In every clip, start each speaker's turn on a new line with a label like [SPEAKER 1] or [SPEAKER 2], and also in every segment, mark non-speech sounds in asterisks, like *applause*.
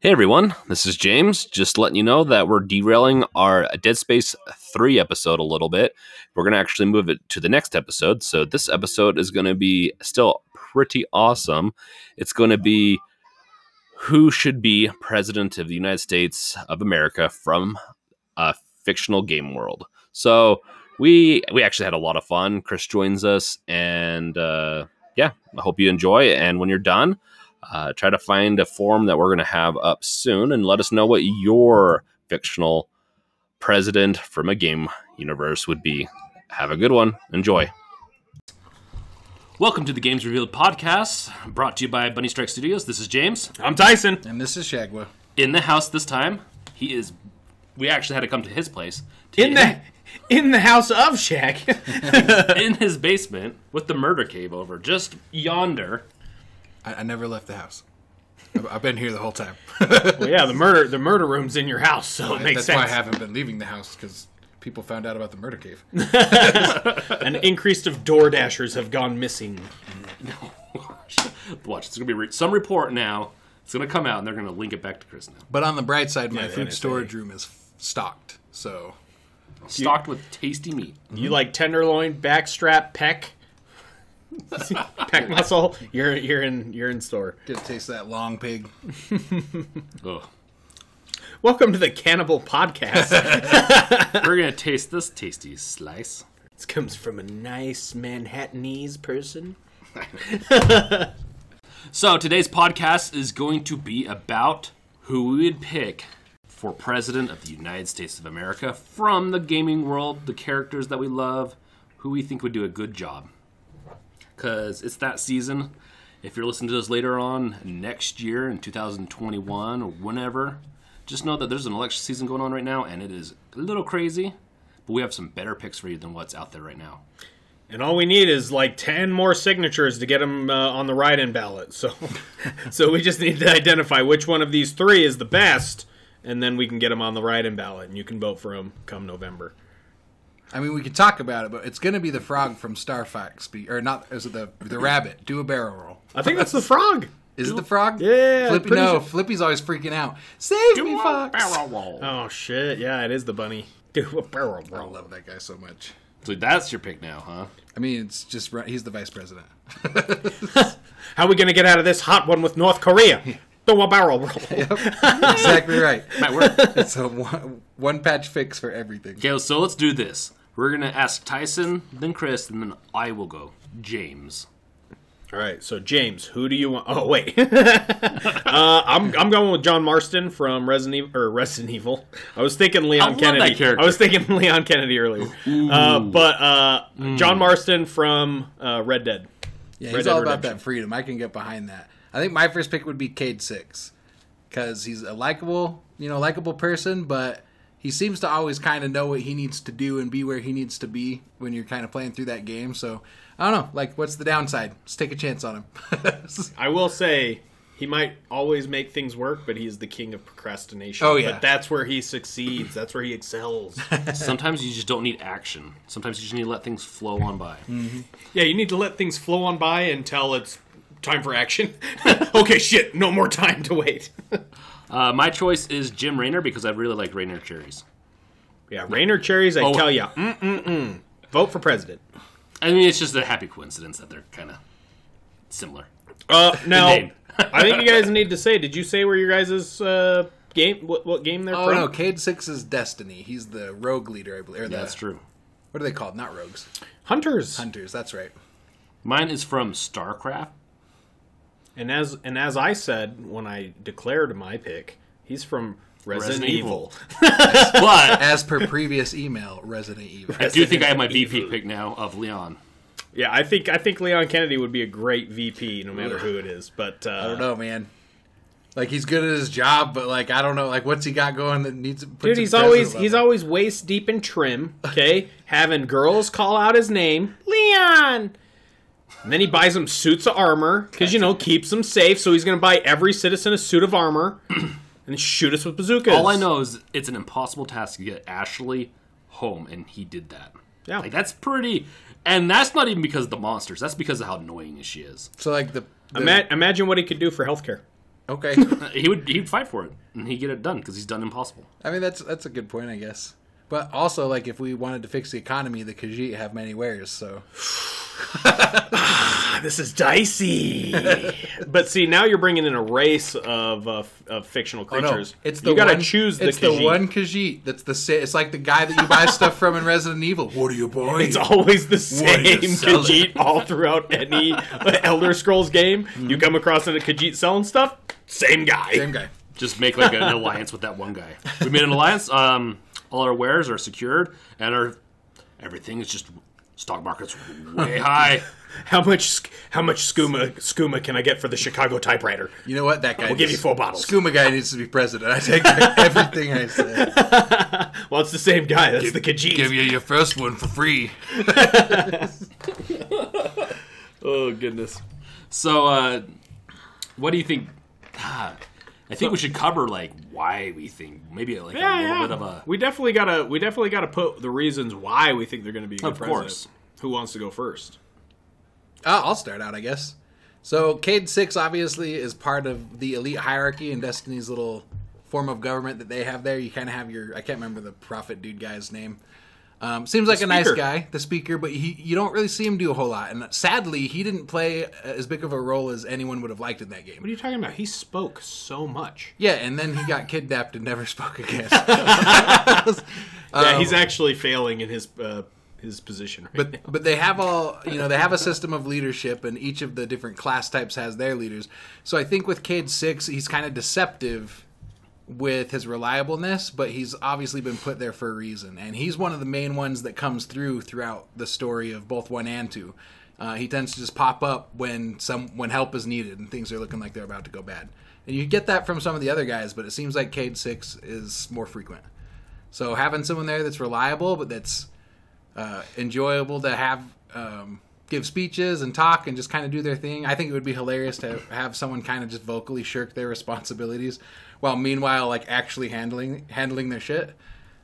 [SPEAKER 1] Hey everyone, this is James. Just letting you know that we're derailing our Dead Space 3 episode a little bit. We're going to actually move it to the next episode. So, this episode is going to be still pretty awesome. It's going to be who should be president of the United States of America from a fictional game world. So, we we actually had a lot of fun. Chris joins us, and uh, yeah, I hope you enjoy. And when you're done, uh, try to find a form that we're going to have up soon, and let us know what your fictional president from a game universe would be. Have a good one. Enjoy. Welcome to the Games Revealed podcast, brought to you by Bunny Strike Studios. This is James
[SPEAKER 2] I'm Tyson.
[SPEAKER 3] And this is Shagwa.
[SPEAKER 1] in the house this time. He is. We actually had to come to his place to
[SPEAKER 2] In the in the house of Shaq.
[SPEAKER 1] *laughs* in his basement with the murder cave over just yonder. *laughs*
[SPEAKER 3] I, I never left the house. I've, I've been here the
[SPEAKER 2] *laughs*
[SPEAKER 3] whole time.
[SPEAKER 2] *laughs* well, yeah, the murder the murder room's in your house, so it makes
[SPEAKER 3] That's why I
[SPEAKER 2] sense.
[SPEAKER 3] haven't been leaving the house because people found out about the murder cave.
[SPEAKER 2] An increase of door dashers have gone missing.
[SPEAKER 1] Watch, it's gonna be re- some report now. It's gonna come out, and they're gonna link it back to Chris now.
[SPEAKER 3] But on the bright side, my
[SPEAKER 2] the
[SPEAKER 3] food
[SPEAKER 2] NSA.
[SPEAKER 3] storage room is f- stocked. So
[SPEAKER 1] Stocked with tasty meat.
[SPEAKER 2] You like tenderloin, backstrap, *laughs* pec, pec muscle. You're you're in you're in store.
[SPEAKER 3] get to taste that long pig.
[SPEAKER 1] Ugh.
[SPEAKER 2] Welcome to the Cannibal *laughs* Podcast.
[SPEAKER 1] We're gonna taste this tasty slice.
[SPEAKER 2] this comes from a nice Manhattanese person.
[SPEAKER 1] So today's podcast is going to be about who we would pick for president of the United States of America from the gaming world, the characters that we love, who we think would do a good job. Cause it's that season. If you're listening to this later on next year in 2021 or whenever, just know that there's an election season going on right now and it is a little crazy, but we have some better picks for you than what's out there right now.
[SPEAKER 2] And all we need is like ten more signatures to get them uh, on the write-in ballot. So, *laughs* so we just need to identify which one of these three is the best, and then we can get them on the write-in ballot, and you can vote for them come November.
[SPEAKER 3] I mean, we could talk about it, but it's going to be the frog from Star Fox, be- or not? Is it the the rabbit? Do a barrel roll.
[SPEAKER 2] I think that's the frog.
[SPEAKER 3] Is it the frog?
[SPEAKER 2] Yeah,
[SPEAKER 3] Flippy,
[SPEAKER 2] pretty
[SPEAKER 3] no,
[SPEAKER 2] sure.
[SPEAKER 3] Flippy's always freaking out. Save me, Fox.
[SPEAKER 2] Oh shit! Yeah, it is the bunny. Do a barrel
[SPEAKER 3] I
[SPEAKER 2] roll.
[SPEAKER 3] love that guy so much.
[SPEAKER 1] So that's your pick now, huh?
[SPEAKER 3] I mean, it's just ri- he's the vice president.
[SPEAKER 2] How are we gonna get out of this hot one with North Korea? Do a barrel roll. *laughs*
[SPEAKER 3] exactly right.
[SPEAKER 1] Might work.
[SPEAKER 3] It's a one, one patch fix for everything.
[SPEAKER 1] Okay, so let's do this. We're gonna ask Tyson, then Chris, and then I will go. James.
[SPEAKER 2] All right, so James, who do you want? Oh wait, *laughs* uh, I'm I'm going with John Marston from Resident Evil or Resident Evil. I was thinking
[SPEAKER 1] I
[SPEAKER 2] Leon
[SPEAKER 1] love
[SPEAKER 2] Kennedy.
[SPEAKER 1] that character.
[SPEAKER 2] I was thinking *laughs* Leon Kennedy earlier, uh, but uh,
[SPEAKER 1] Hmm.
[SPEAKER 2] John Marston from uh, Red Dead.
[SPEAKER 3] Yeah,
[SPEAKER 2] Red
[SPEAKER 3] he's
[SPEAKER 2] Dead
[SPEAKER 3] all about
[SPEAKER 2] Redemption.
[SPEAKER 3] that freedom. I can get behind that. I think my first pick would be Cade Six because he's a likable, you know, likable person, but he seems to always kind of know what he needs to do and be where he needs to be when you're kind of playing through that game. So I don't know, like, what's the downside? Let's take a chance on him. *laughs*
[SPEAKER 2] I will say he might always make things work, but he's the king of procrastination.
[SPEAKER 3] Oh, yeah.
[SPEAKER 2] but that's where he succeeds. That's where he excels. *laughs*
[SPEAKER 1] Sometimes you just don't need action. Sometimes you just need to let things flow on by.
[SPEAKER 2] yeah, you need to let things flow on by until it's time for action. *laughs* okay, shit, no more time to wait.
[SPEAKER 1] Uh, my choice is Jim Raynor because I really like Raynor cherries.
[SPEAKER 2] Yeah, rain or cherries, I
[SPEAKER 1] Oh.
[SPEAKER 2] tell ya. Mm mm mm. Vote for president.
[SPEAKER 1] I mean, it's just a happy coincidence that they're kind of similar.
[SPEAKER 2] Uh, now
[SPEAKER 1] name.
[SPEAKER 2] *laughs* I think you guys need to say. Did you say where your guys' uh, game? What, what game they're
[SPEAKER 3] oh
[SPEAKER 2] from?
[SPEAKER 3] no, Cade Six is Destiny. He's the rogue leader, I believe. Or the,
[SPEAKER 1] That's true.
[SPEAKER 3] What are they called? Not rogues,
[SPEAKER 2] Hunters.
[SPEAKER 3] hunters. That's right.
[SPEAKER 1] Mine is from StarCraft.
[SPEAKER 2] And as and as I said when I declared my pick, he's from Resident,
[SPEAKER 1] Resident
[SPEAKER 2] Evil.
[SPEAKER 3] *laughs*
[SPEAKER 1] But
[SPEAKER 3] As per previous email, Resident Evil.
[SPEAKER 1] I do think I have my VP pick now of Leon.
[SPEAKER 2] *laughs* Yeah, I think I think Leon Kennedy would be a great VP, no matter who it is. But uh,
[SPEAKER 3] I don't know, man. Like he's good at his job, but like I don't know, like what's he got going that needs?
[SPEAKER 2] Dude, he's always he's always waist deep in trim. Okay, *laughs* having girls call out his name, Leon. And then he buys them suits of armor because you know keeps them safe. So he's gonna buy every citizen a suit of armor *clears throat* and shoot us with bazookas.
[SPEAKER 1] All I know is it's an impossible task to get Ashley home, and he did that.
[SPEAKER 2] Yeah.
[SPEAKER 1] Like, that's pretty. And that's not even because of the monsters. That's because of how annoying she is.
[SPEAKER 3] so like the, the
[SPEAKER 2] Ima- imagine what he could do for healthcare. *laughs*
[SPEAKER 3] Okay.
[SPEAKER 1] Uh, He would he'd fight for it and he'd get it done because he's done impossible.
[SPEAKER 3] I mean, that's that's a good point, I guess. But also, like, if we wanted to fix the economy, the Khajiit have many wares, so
[SPEAKER 2] This is dicey. *laughs* but see, now you're bringing in a race of, uh, f- of fictional
[SPEAKER 3] Oh, no.
[SPEAKER 2] creatures.
[SPEAKER 3] It's the
[SPEAKER 2] you gotta
[SPEAKER 3] one-
[SPEAKER 2] choose the
[SPEAKER 3] It's
[SPEAKER 2] Khajiit.
[SPEAKER 3] the one Khajiit that's the sa- it's like the guy that
[SPEAKER 2] *laughs*
[SPEAKER 3] you buy stuff from in Resident Evil. What are you buying?
[SPEAKER 2] It's always the same
[SPEAKER 3] are you selling?
[SPEAKER 2] Khajiit all throughout any uh, Elder Scrolls game. You come across a Khajiit selling stuff, same guy.
[SPEAKER 3] Same guy.
[SPEAKER 1] Just make like an *laughs* alliance with that one guy. We made an alliance. Um, all our wares are secured and our everything is just stock market's
[SPEAKER 2] *laughs*
[SPEAKER 1] way high.
[SPEAKER 2] How much sc- how much skooma skooma can I get for the Chicago typewriter?
[SPEAKER 3] You know what? That guy. We'll
[SPEAKER 2] give you four bottles.
[SPEAKER 3] Skooma guy needs to be president. I
[SPEAKER 2] *laughs*
[SPEAKER 3] take back everything I said.
[SPEAKER 2] Well, it's the same guy. That's the Khajiit.
[SPEAKER 3] you your first one for free.
[SPEAKER 2] oh goodness.
[SPEAKER 1] So, uh, what do you think? *sighs* Ah, I think we should cover like why we think maybe like a
[SPEAKER 2] Yeah,
[SPEAKER 1] little
[SPEAKER 2] yeah.
[SPEAKER 1] bit of a
[SPEAKER 2] we definitely gotta we definitely gotta put the reasons why we think they're gonna be a good
[SPEAKER 1] Of
[SPEAKER 2] president.
[SPEAKER 1] course.
[SPEAKER 2] Who wants to go first?
[SPEAKER 3] Uh, I'll start out, I guess. So, Cade Six obviously is part of the elite hierarchy in Destiny's little form of government that they have there. You kind of have your—I can't remember the prophet dude guy's name. Um, seems like a nice
[SPEAKER 2] speaker.
[SPEAKER 3] guy, the speaker, but he—you don't really see him do a whole lot. And sadly, he didn't play as big of a role as anyone would have liked in that
[SPEAKER 2] What
[SPEAKER 3] game.
[SPEAKER 2] are you talking about? He spoke so much.
[SPEAKER 3] Yeah, and then he got kidnapped and never *laughs* spoke again. Oh.
[SPEAKER 2] yeah, he's actually failing in his uh, his position. Right now.
[SPEAKER 3] but but they have all you know they have a system of leadership and each of the different class types has their leaders so i think with cade 6 he's kind of deceptive with his reliableness but he's obviously been put there for a reason and he's one of the main ones that comes through throughout the story of both 1 and 2 uh, he tends to just pop up when some when help is needed and things are looking like they're about to go bad and you get that from some of the other guys but it seems like cade 6 is more frequent so having someone there that's reliable but that's uh, enjoyable to have um, give speeches and talk and just kind of do their thing. I think it would be hilarious to have someone kind of just vocally shirk their responsibilities while meanwhile like actually handling handling their shit.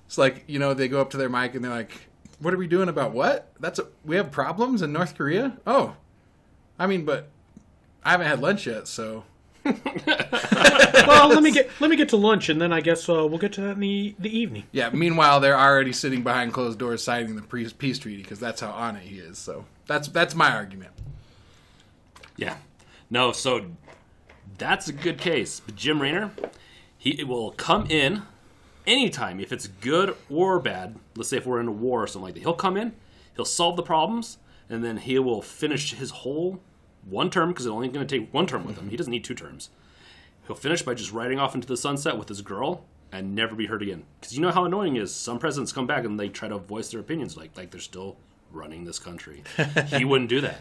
[SPEAKER 3] It's like you know they go up to their mic and they're like, "What are we doing about what? That's a, we have problems in North Korea. Oh, I mean, but I haven't had lunch yet, so."
[SPEAKER 2] *laughs* well, let me get let me get to lunch, and then I guess uh, we'll get to that in the, the evening.
[SPEAKER 3] Yeah. Meanwhile, they're already sitting behind closed doors signing the pre- peace treaty because that's how on it he is. So that's that's my argument.
[SPEAKER 1] yeah. No, so that's a good case. But Jim Raynor, he will come in anytime if it's good or bad. Let's say if we're in a war or something like that, he'll come in, he'll solve the problems, and then he will finish his whole one term because it's only going to take one term with him. He doesn't need two terms. He'll finish by just riding off into the sunset with his girl and never be heard again. Because you know how annoying it is. Some presidents come back and they try to voice their opinions like like they're still running this country. he wouldn't do that.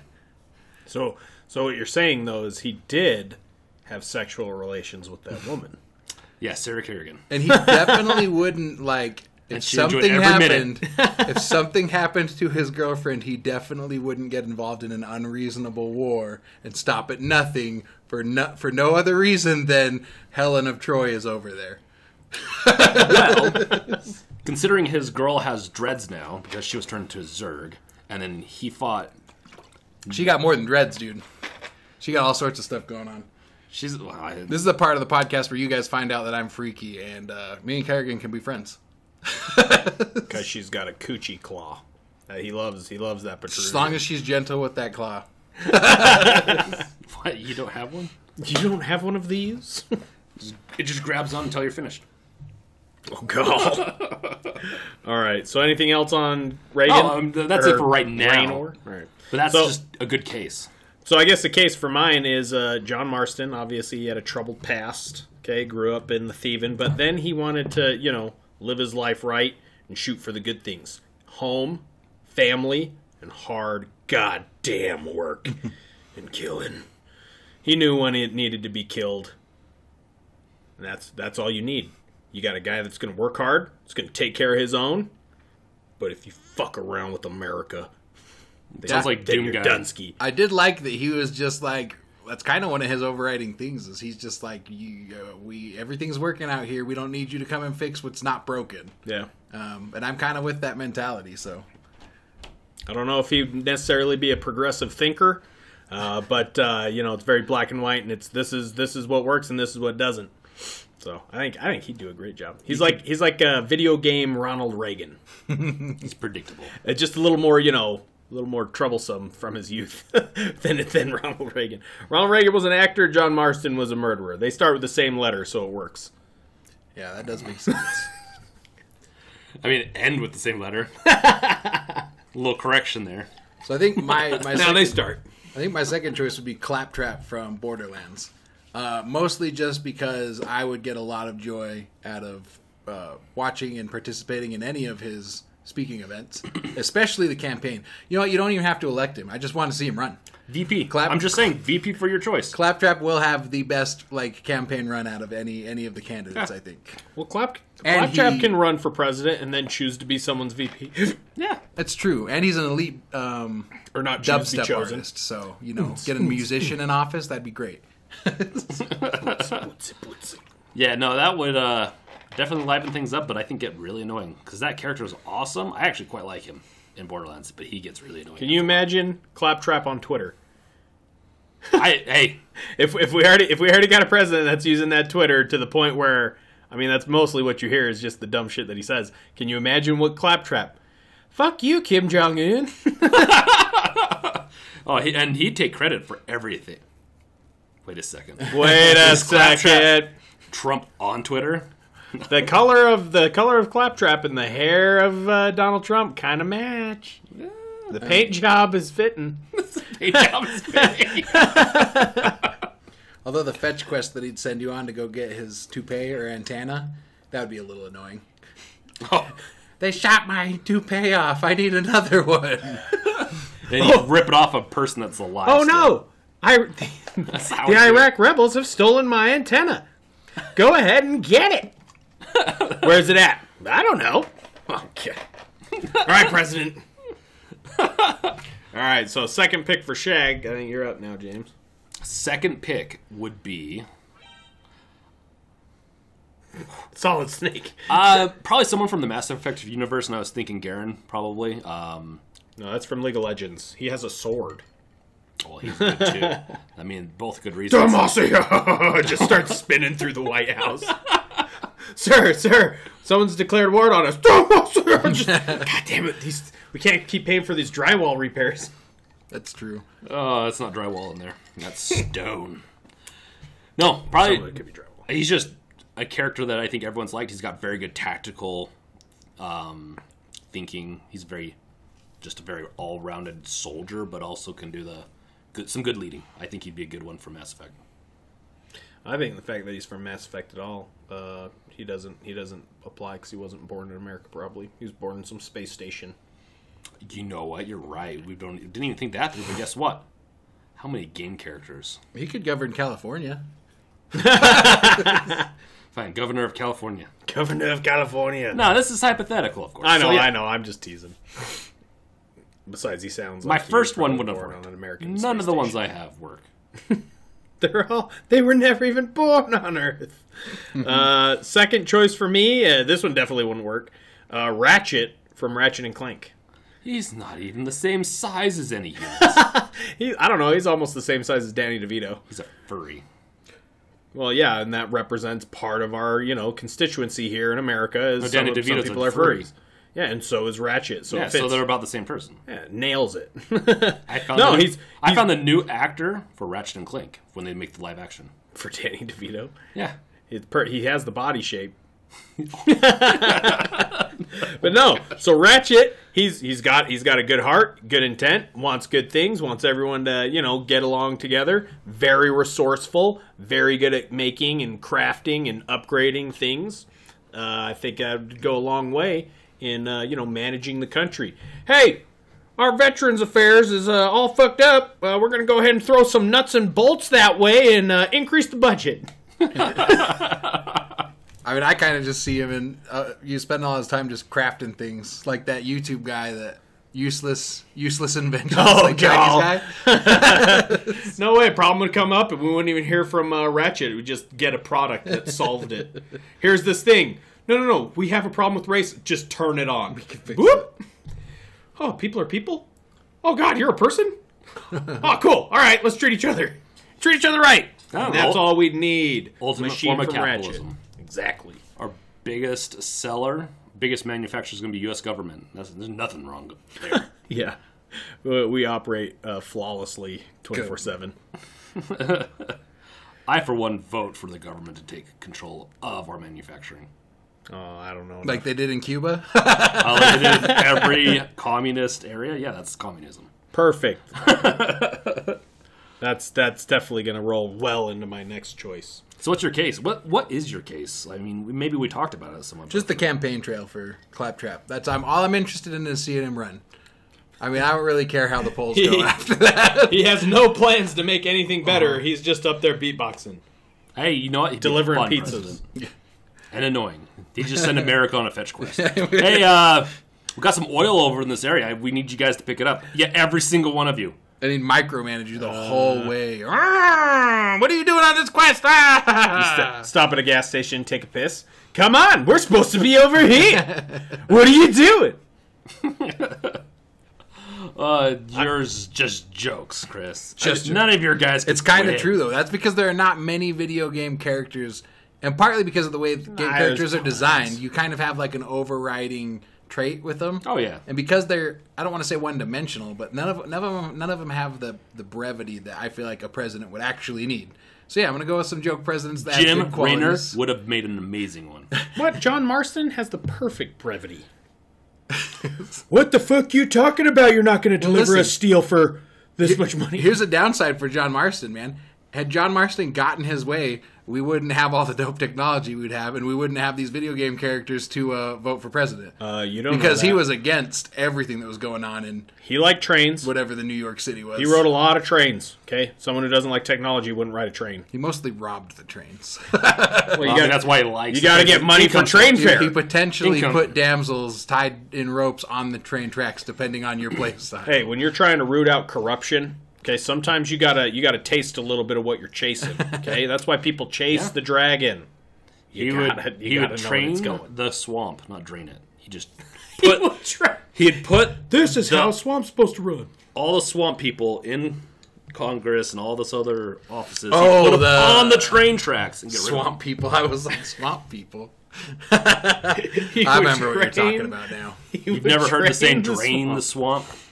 [SPEAKER 2] So, so what you're saying though is he did have sexual relations with that woman.
[SPEAKER 1] Yeah, Sarah Kerrigan. *laughs*
[SPEAKER 3] and he definitely wouldn't like if
[SPEAKER 1] she enjoyed
[SPEAKER 3] something
[SPEAKER 1] every
[SPEAKER 3] happened
[SPEAKER 1] minute. *laughs*
[SPEAKER 3] if something happened to his girlfriend he definitely wouldn't get involved in an unreasonable war and stop at nothing for no, for no other reason than Helen of Troy is over there
[SPEAKER 1] Well, considering his girl has dreads now because she was turned to a Zerg, and then he fought.
[SPEAKER 3] she got more than dreads dude she got all sorts of stuff going on
[SPEAKER 1] She's well, I,
[SPEAKER 3] this is the part of the podcast where you guys find out that I'm freaky and uh, me and Kerrigan can be friends
[SPEAKER 2] because she's got a coochie claw. Uh, he loves he loves that
[SPEAKER 3] as
[SPEAKER 2] protrusion.
[SPEAKER 3] long as she's gentle with that claw
[SPEAKER 1] *laughs* what, you don't have one.
[SPEAKER 2] you don't have one of these.
[SPEAKER 1] It just grabs on until you're finished.
[SPEAKER 2] *laughs* oh God! *laughs* All right. So anything else on Reagan?
[SPEAKER 1] Oh, um, th- that's it
[SPEAKER 2] Or
[SPEAKER 1] for right now.
[SPEAKER 2] Raynor? All right.
[SPEAKER 1] But that's
[SPEAKER 2] So-
[SPEAKER 1] just a good case.
[SPEAKER 2] So I guess the case for mine is uh, John Marston. Obviously, he had a troubled past. Okay, grew up in the thieving, but then he wanted to, you know, live his life right and shoot for the good things: home, family, and hard goddamn work
[SPEAKER 1] *laughs*
[SPEAKER 2] and killing. He knew when it needed to be killed, and that's that's all you need. You got a guy that's going to work hard. It's going to take care of his own. But if you fuck around with America, then-
[SPEAKER 1] Sounds like
[SPEAKER 2] then
[SPEAKER 1] Doom
[SPEAKER 2] you're
[SPEAKER 1] Guy.
[SPEAKER 2] Dunsky.
[SPEAKER 3] I did like that he was just like that's kind of one of his overriding things is he's just like you, uh, we everything's working out here. We don't need you to come and fix what's not broken.
[SPEAKER 2] Yeah.
[SPEAKER 3] Um, and I'm kind of with that mentality. So
[SPEAKER 2] I don't know if he'd necessarily be a progressive thinker. Uh, but uh, you know, it's very black and white, and it's this is this is what works and this is what doesn't. So I think I think he'd do a great job. He's like he's like a video game Ronald Reagan.
[SPEAKER 1] He's predictable.
[SPEAKER 2] Uh, just a little more, you know, a little more troublesome from his youth *laughs* than than Ronald Reagan. Ronald Reagan was an actor. John Marston was a murderer. They start with the same letter, so it works.
[SPEAKER 3] Yeah, that does make sense.
[SPEAKER 1] I mean, end with the same *laughs* letter. little correction there.
[SPEAKER 3] so I think my my
[SPEAKER 2] Now
[SPEAKER 3] second,
[SPEAKER 2] they start.
[SPEAKER 3] I think my second choice would be Claptrap from Borderlands. Uh, mostly just because I would get a lot of joy out of uh, watching and participating in any of his speaking events, especially the campaign. You know what? You don't even have to elect him. I just want to see him run.
[SPEAKER 1] VP.
[SPEAKER 3] Clap-
[SPEAKER 1] I'm just saying VP for your choice.
[SPEAKER 3] Claptrap will have the best like campaign run out of any any of the candidates. I think
[SPEAKER 2] Well, Clap,
[SPEAKER 3] And
[SPEAKER 2] Claptrap
[SPEAKER 3] he-
[SPEAKER 2] can run for president and then choose to be someone's VP,
[SPEAKER 1] yeah.
[SPEAKER 3] that's true, and he's an elite um,
[SPEAKER 2] or not choose to be
[SPEAKER 3] dubstep
[SPEAKER 2] chosen.
[SPEAKER 3] artist. So you know, get a musician in office, that'd be great.
[SPEAKER 1] Yeah, no, that would uh, definitely liven things up, but I think get really annoying because that character is awesome. I actually quite like him in Borderlands, but he gets really annoying.
[SPEAKER 2] Can you imagine Claptrap on Twitter?
[SPEAKER 1] I, hey,
[SPEAKER 2] If, if we already if we already got a president that's using that Twitter to the point where I mean that's mostly what you hear is just the dumb shit that he says. Can you imagine what Claptrap? Fuck you, Kim Jong Un. *laughs*
[SPEAKER 1] oh, he, and he'd take credit for everything. Wait a second.
[SPEAKER 2] Wait a
[SPEAKER 1] Claptrap.
[SPEAKER 2] second.
[SPEAKER 1] Trump on Twitter? *laughs*
[SPEAKER 2] The color of the color of Claptrap and the hair of uh, Donald Trump kind of match. The paint job is fitting.
[SPEAKER 1] Hey, that
[SPEAKER 2] *laughs*
[SPEAKER 1] was funny.
[SPEAKER 3] Although the fetch quest that he'd send you on to go get his toupee or antenna, that would be a little annoying.
[SPEAKER 1] oh,
[SPEAKER 3] They shot my toupee off. I need another *laughs* one.
[SPEAKER 1] and he'd rip it off a person that's alive.
[SPEAKER 2] Oh
[SPEAKER 1] still.
[SPEAKER 2] no! I
[SPEAKER 3] *laughs*
[SPEAKER 1] That's how
[SPEAKER 2] the
[SPEAKER 1] I do it.
[SPEAKER 2] Iraq rebels have stolen my antenna. Go ahead and get it.
[SPEAKER 1] *laughs*
[SPEAKER 2] Where's it at? I don't know. Okay. All right, President. All right, so second pick for Shag. I think you're up now, James.
[SPEAKER 1] Second pick would be
[SPEAKER 2] Solid Snake.
[SPEAKER 1] uh, probably someone from the Mass Effect universe, and I was thinking Garen, probably. Um,
[SPEAKER 2] No, that's from League of Legends. He has a sword.
[SPEAKER 1] Well, he's good
[SPEAKER 2] *laughs*
[SPEAKER 1] too. I mean, both good reasons.
[SPEAKER 2] just starts spinning through the White House. *laughs* sir, sir, someone's declared war on us. Demacia!
[SPEAKER 1] *laughs*
[SPEAKER 2] Just- God damn it! These we can't keep paying for these drywall repairs.
[SPEAKER 3] That's true.
[SPEAKER 1] Oh, that's not drywall in there.
[SPEAKER 2] *laughs*
[SPEAKER 1] That's stone. No, probably.
[SPEAKER 2] could be drywall.
[SPEAKER 1] He's just a character that I think everyone's liked. He's got very good tactical um, thinking. He's very, just a very all-rounded soldier, but also can do the good, some good leading. I think he'd be a good one for Mass Effect.
[SPEAKER 2] I think the fact that he's from Mass Effect at all, uh, he doesn't he doesn't apply because he wasn't born in America. Probably he was born in some space station.
[SPEAKER 1] You know what? You're right. We don't didn't even think that through. But guess what? How many game characters?
[SPEAKER 3] He could govern California.
[SPEAKER 1] Fine, Governor of California.
[SPEAKER 2] *laughs* Governor of California.
[SPEAKER 1] No, this is hypothetical, of course.
[SPEAKER 2] I know,
[SPEAKER 1] So, yeah.
[SPEAKER 2] I know. I'm just teasing. Besides, he sounds.
[SPEAKER 1] My
[SPEAKER 2] like he
[SPEAKER 1] first
[SPEAKER 2] was
[SPEAKER 1] one
[SPEAKER 2] probably
[SPEAKER 1] would have
[SPEAKER 2] born
[SPEAKER 1] worked.
[SPEAKER 2] on an American.
[SPEAKER 1] None
[SPEAKER 2] space
[SPEAKER 1] of the ones
[SPEAKER 2] station. *laughs*
[SPEAKER 1] I have work.
[SPEAKER 2] They're all they were never even born
[SPEAKER 1] *laughs*
[SPEAKER 2] on Earth. uh, second choice for me. Uh, this one definitely wouldn't work. Uh, Ratchet from Ratchet and Clank.
[SPEAKER 1] He's not even the same size as any human. *laughs*
[SPEAKER 2] He, I don't know. He's almost the same size as Danny DeVito.
[SPEAKER 1] He's a furry.
[SPEAKER 2] Well, yeah, and that represents part of our you know constituency here in America. Is some,
[SPEAKER 1] Danny
[SPEAKER 2] of- some
[SPEAKER 1] DeVito's
[SPEAKER 2] people
[SPEAKER 1] a
[SPEAKER 2] are
[SPEAKER 1] furry.
[SPEAKER 2] furries. Yeah, and so is Ratchet. So
[SPEAKER 1] Yeah,
[SPEAKER 2] it fits.
[SPEAKER 1] so they're about the same person.
[SPEAKER 2] yeah, nails it. *laughs*
[SPEAKER 1] I found
[SPEAKER 2] No,
[SPEAKER 1] the new-
[SPEAKER 2] he's-
[SPEAKER 1] I
[SPEAKER 2] he's-
[SPEAKER 1] found the new actor for Ratchet and Clank when they make the live action.
[SPEAKER 2] for Danny DeVito.
[SPEAKER 1] Yeah,
[SPEAKER 2] It's per- he has the body shape. but no, so Ratchet, he's he's got he's got a good heart, good intent, wants good things, wants everyone to you know get along together. Very resourceful, very good at making and crafting and upgrading things. Uh, I think that would go a long way in uh, you know managing the country. Hey, our Veterans Affairs is uh, all fucked up. Uh, we're gonna go ahead and throw some nuts and bolts that way and uh, increase the budget.
[SPEAKER 3] I mean, I kind of just see him in. Uh, you spend all his time just crafting things, like that YouTube guy that useless, useless inventions,
[SPEAKER 2] Oh,
[SPEAKER 3] *laughs* like Chinese guy.
[SPEAKER 2] No way. A problem would come up, and we wouldn't even hear from uh, Ratchet. We'd just get a product that *laughs* solved it. Here's this thing. No, no, no. We have a problem with race. Just turn it on.
[SPEAKER 3] can
[SPEAKER 2] *laughs*
[SPEAKER 3] fix
[SPEAKER 2] Whoop. Oh, people are people. Oh God, you're a person. oh, cool. All right, let's treat each other. Treat each other right.
[SPEAKER 1] Oh,
[SPEAKER 2] That's
[SPEAKER 1] ul-
[SPEAKER 2] all we need.
[SPEAKER 1] ultimate
[SPEAKER 2] Machine
[SPEAKER 1] form of
[SPEAKER 2] from Ratchet.
[SPEAKER 1] capitalism.
[SPEAKER 2] Exactly.
[SPEAKER 1] Our biggest seller, biggest manufacturer is going to be U.S. government. That's, there's nothing wrong there.
[SPEAKER 2] Yeah. *laughs* We we operate uh, flawlessly 24 7.
[SPEAKER 1] I, for one, vote for the government to take control of our manufacturing.
[SPEAKER 2] Oh, I don't know.
[SPEAKER 3] like they did in Cuba.
[SPEAKER 1] Uh, like it *laughs* is every communist area. Yeah, that's communism.
[SPEAKER 2] *laughs* Perfect. that's that's definitely going to roll well into my next choice.
[SPEAKER 1] So, what's your case? What What is your case? I mean, we- maybe we talked about it somewhat.
[SPEAKER 3] Just the campaign trail for Claptrap. That's I'm all I'm interested in is seeing him run. I mean, I don't really care how the polls go after that.
[SPEAKER 2] He has no plans to make anything better. He's just up there beatboxing.
[SPEAKER 1] hey, you know what? He'd be a
[SPEAKER 2] Uh-huh. Delivering
[SPEAKER 1] fun
[SPEAKER 2] pizzas.
[SPEAKER 1] president. And annoying. He just sent America on a fetch quest. hey, uh, we got some oil over in this area. We need you guys to pick it up. Yeah, every single one of you.
[SPEAKER 3] I mean, micromanage you the whole way. "Ah, What are you doing on this quest? Ah!
[SPEAKER 2] St- Stop at a gas station, take a piss. Come on, we're supposed to be over *laughs* here. what are you doing?
[SPEAKER 1] Uh, yours just jokes, Chris.
[SPEAKER 3] Just
[SPEAKER 1] Just none of your guys.
[SPEAKER 3] It's kind of true though. That's because there are not many video game characters, and partly because of the way the game
[SPEAKER 2] there's
[SPEAKER 3] characters are
[SPEAKER 2] tons.
[SPEAKER 3] designed. You kind of have like an overriding trait with them.
[SPEAKER 1] Oh yeah.
[SPEAKER 3] And because they're, I don't want to say one dimensional, but none of none of them none of them have the the brevity that I feel like a president would actually need. So yeah, I'm gonna go with some joke presidents that have
[SPEAKER 1] Jim
[SPEAKER 3] good
[SPEAKER 1] Raynor
[SPEAKER 3] qualities.
[SPEAKER 1] would have made an amazing
[SPEAKER 2] *laughs*
[SPEAKER 1] one.
[SPEAKER 2] What? John Marston has the perfect *laughs* brevity. what the fuck you talking about? You're not going to deliver
[SPEAKER 3] listen.
[SPEAKER 2] a steal for this much money.
[SPEAKER 3] Here's a downside for John Marston, man. Had John Marston gotten his way, we wouldn't have all the dope technology we'd have, and we wouldn't have these video game characters to uh, vote for president.
[SPEAKER 2] Uh, you don't know
[SPEAKER 3] because he
[SPEAKER 2] that.
[SPEAKER 3] was against everything that was going on in
[SPEAKER 2] he liked trains.
[SPEAKER 3] whatever the New York City was.
[SPEAKER 2] He rode a lot of trains. Okay, someone who doesn't like technology wouldn't ride a train. Um,
[SPEAKER 3] He mostly robbed
[SPEAKER 2] *laughs*
[SPEAKER 3] the trains.
[SPEAKER 2] Well,
[SPEAKER 1] I
[SPEAKER 2] you
[SPEAKER 1] mean,
[SPEAKER 2] got
[SPEAKER 1] that's why he likes.
[SPEAKER 2] you got to get money for train
[SPEAKER 3] Dude,
[SPEAKER 2] fare.
[SPEAKER 3] he potentially
[SPEAKER 1] Income.
[SPEAKER 3] put damsels tied in ropes on the train tracks, depending on your play style.
[SPEAKER 2] Hey, when you're trying to root out corruption, okay, sometimes you gotta you gotta taste a little bit of what you're chasing. Okay, that's why people chase
[SPEAKER 1] Yeah.
[SPEAKER 2] the dragon.
[SPEAKER 1] He
[SPEAKER 2] You
[SPEAKER 1] would.
[SPEAKER 2] gotta- you
[SPEAKER 1] he
[SPEAKER 2] gotta
[SPEAKER 1] would
[SPEAKER 2] know
[SPEAKER 1] train
[SPEAKER 2] where it's going.
[SPEAKER 1] the swamp, not drain it. He
[SPEAKER 2] *laughs*
[SPEAKER 1] just.
[SPEAKER 2] But
[SPEAKER 1] He'd put
[SPEAKER 2] this is
[SPEAKER 1] how
[SPEAKER 2] swamp's supposed to run.
[SPEAKER 1] all the swamp people in Congress and all this other offices. he'd
[SPEAKER 3] Oh,
[SPEAKER 1] put 'em
[SPEAKER 3] the-
[SPEAKER 1] on the train tracks and get rid of
[SPEAKER 3] Swamp people. I was like,
[SPEAKER 2] *laughs*
[SPEAKER 3] swamp people.
[SPEAKER 2] He
[SPEAKER 3] I
[SPEAKER 2] would
[SPEAKER 3] remember what you're
[SPEAKER 2] train-
[SPEAKER 3] talking about now.
[SPEAKER 2] he
[SPEAKER 1] You've
[SPEAKER 2] would
[SPEAKER 1] never heard the saying
[SPEAKER 2] train
[SPEAKER 1] "drain the
[SPEAKER 2] swamp. Mm-hmm.
[SPEAKER 1] swamp."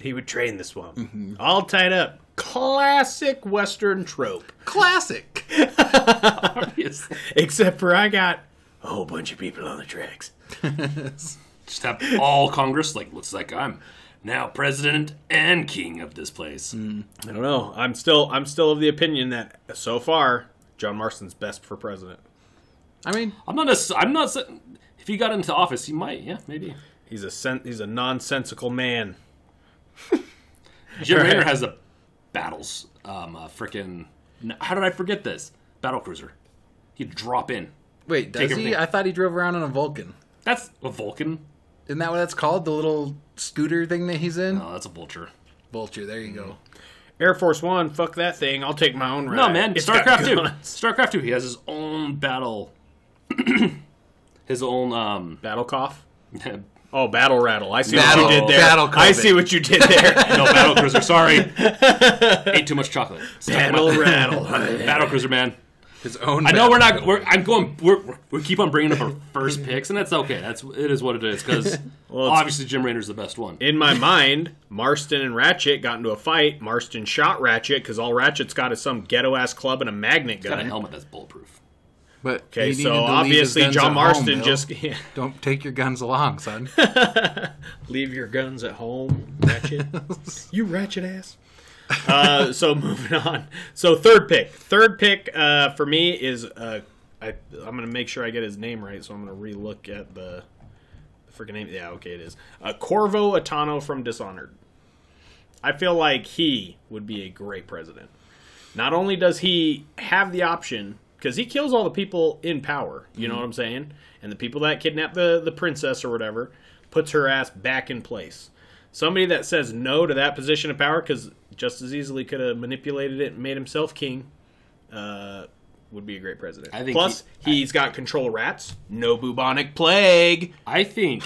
[SPEAKER 2] He would train the swamp, all tied up. Classic Western trope.
[SPEAKER 3] Classic.
[SPEAKER 1] Obviously.
[SPEAKER 2] Except for I got a whole bunch of people on the tracks.
[SPEAKER 1] Just have all Congress like looks like I'm now president and king of this place.
[SPEAKER 2] I don't know. I'm still I'm still of the opinion that so far John Marston's best for president.
[SPEAKER 3] I mean,
[SPEAKER 1] I'm not. A, I'm not. sa- If he got into office, he might. Yeah, maybe.
[SPEAKER 2] He's a sen- he's a nonsensical man.
[SPEAKER 1] Jim Raynor has a battles. Um, uh, freaking. How did I forget this? Battle cruiser. He'd drop in.
[SPEAKER 3] wait, does
[SPEAKER 1] Take
[SPEAKER 3] he?
[SPEAKER 1] everything.
[SPEAKER 3] I thought he drove around on a Vulcan.
[SPEAKER 1] That's a Vulcan.
[SPEAKER 3] Isn't that what that's called? The little scooter thing that he's in?
[SPEAKER 1] No, Oh, that's a vulture.
[SPEAKER 3] Vulture, there you go.
[SPEAKER 2] Mm. Air Force One, fuck that thing. I'll take my own ride.
[SPEAKER 1] No man,
[SPEAKER 2] It's got
[SPEAKER 1] StarCraft two.
[SPEAKER 2] guns.
[SPEAKER 1] StarCraft two. He has his own battle. *clears throat* his own um. *laughs*
[SPEAKER 2] Battle cough.
[SPEAKER 1] no
[SPEAKER 2] Oh, battle rattle. I see
[SPEAKER 3] Battle-
[SPEAKER 2] what you did there.
[SPEAKER 3] battle
[SPEAKER 2] I
[SPEAKER 3] COVID.
[SPEAKER 2] see what you did
[SPEAKER 1] *laughs*
[SPEAKER 2] there.
[SPEAKER 1] battle cruiser. Sorry, ate too much chocolate. Stuck in my-
[SPEAKER 2] battle rattle.
[SPEAKER 1] battle cruiser man.
[SPEAKER 3] His own.
[SPEAKER 1] I know we're not. We're, I'm going. We're, we're, we keep on bringing up our first picks, and that's okay. That's it is what it is
[SPEAKER 2] *laughs*
[SPEAKER 1] because
[SPEAKER 2] it's-
[SPEAKER 1] obviously Jim Raynor's the best one.
[SPEAKER 2] In my mind, Marston and Ratchet got into a fight. Marston shot Ratchet because all Ratchet's got is some ghetto ass club and a magnet
[SPEAKER 1] Got a
[SPEAKER 2] gun.
[SPEAKER 1] helmet that's bulletproof.
[SPEAKER 3] But he
[SPEAKER 2] Okay,
[SPEAKER 3] needed
[SPEAKER 2] so
[SPEAKER 3] to leave his
[SPEAKER 2] obviously
[SPEAKER 3] guns at
[SPEAKER 2] John
[SPEAKER 3] home,
[SPEAKER 2] Marston
[SPEAKER 3] Bill.
[SPEAKER 2] just *laughs*
[SPEAKER 3] Don't take your guns along, son.
[SPEAKER 2] leave your guns at home, Ratchet. you Ratchet ass. uh, so *laughs* moving on. So third pick. Third pick uh, for me is uh, I, I'm going to make sure I get his name right. So I'm going to relook at the, the freaking name. Yeah, okay, it is uh, Corvo Atano from Dishonored. I feel like he would be a great president. Not only does he have the option because he kills all the people in power.
[SPEAKER 1] Mm-hmm.
[SPEAKER 2] You know what I'm saying? And the people that kidnap the the princess or whatever puts her ass back in place somebody that says no to that position of power because just as easily could have manipulated it and made himself king uh, would be a great president
[SPEAKER 1] I think
[SPEAKER 2] plus he, has got control rats no bubonic plague
[SPEAKER 1] I think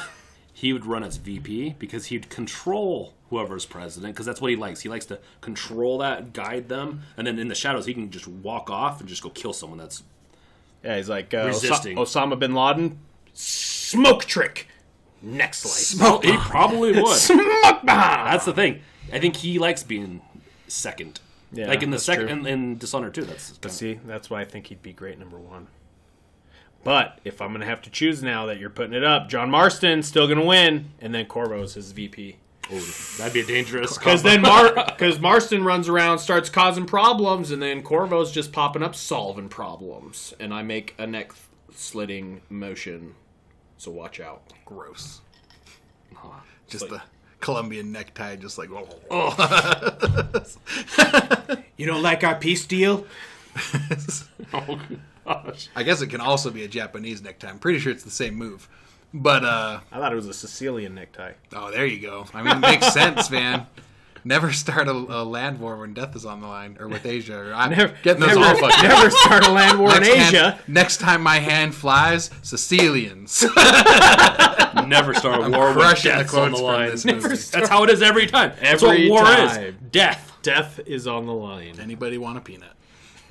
[SPEAKER 1] he would run as VP because he'd control whoever's president because that's what he likes. He likes to control that, guide them, and then in the shadows he can just walk off and just go kill someone. That's
[SPEAKER 2] Yeah, he's like uh, Osa-
[SPEAKER 1] Resisting.
[SPEAKER 2] Osama bin Laden. Smoke trick. Next life.
[SPEAKER 1] Smoke he probably
[SPEAKER 2] *laughs*
[SPEAKER 1] would.
[SPEAKER 2] Smoke bomb.
[SPEAKER 1] That's the thing. I think he likes being second.
[SPEAKER 2] Yeah,
[SPEAKER 1] like in the
[SPEAKER 2] that's
[SPEAKER 1] second
[SPEAKER 2] true.
[SPEAKER 1] in, in Dishonored too. That's
[SPEAKER 2] But see, that's why I think he'd be great number one. But if I'm gonna have to choose now that you're putting it up, John Marston's still gonna win, and then Corvo's his VP.
[SPEAKER 1] that'd be a dangerous.
[SPEAKER 2] Because then *laughs* Mar because Marston runs around, starts causing problems, and then Corvo's just popping up solving problems. And I make a neck slitting motion. So watch out.
[SPEAKER 3] Gross. Just the Colombian necktie, just like. oh. whoa.
[SPEAKER 1] Oh,
[SPEAKER 2] You don't like our peace deal?
[SPEAKER 1] *laughs* oh gosh.
[SPEAKER 3] I guess it can also be a Japanese necktie. I'm pretty sure it's the same move. But uh
[SPEAKER 2] I thought it was a Sicilian necktie.
[SPEAKER 3] oh, there you go. I mean,
[SPEAKER 1] *laughs*
[SPEAKER 3] it makes sense, man. Never start a, a land war when death is on the line, or with Asia. Or I'm
[SPEAKER 2] Never,
[SPEAKER 3] getting those
[SPEAKER 2] never,
[SPEAKER 3] all
[SPEAKER 1] *laughs*
[SPEAKER 3] fucked up.
[SPEAKER 2] never start a land war in
[SPEAKER 3] Next hand-
[SPEAKER 2] Asia.
[SPEAKER 3] next time my hand flies, Sicilians.
[SPEAKER 1] Never start a
[SPEAKER 3] *laughs*
[SPEAKER 1] war with
[SPEAKER 3] Crushing the
[SPEAKER 1] deaths on
[SPEAKER 3] quotes
[SPEAKER 1] the
[SPEAKER 3] from
[SPEAKER 1] line.
[SPEAKER 3] this
[SPEAKER 1] *laughs*
[SPEAKER 3] movie.
[SPEAKER 1] That's how it is every time. That's
[SPEAKER 2] Every
[SPEAKER 1] what war is.
[SPEAKER 2] time.
[SPEAKER 1] Death.
[SPEAKER 2] Death is on the line.
[SPEAKER 3] Anybody want a peanut? *laughs*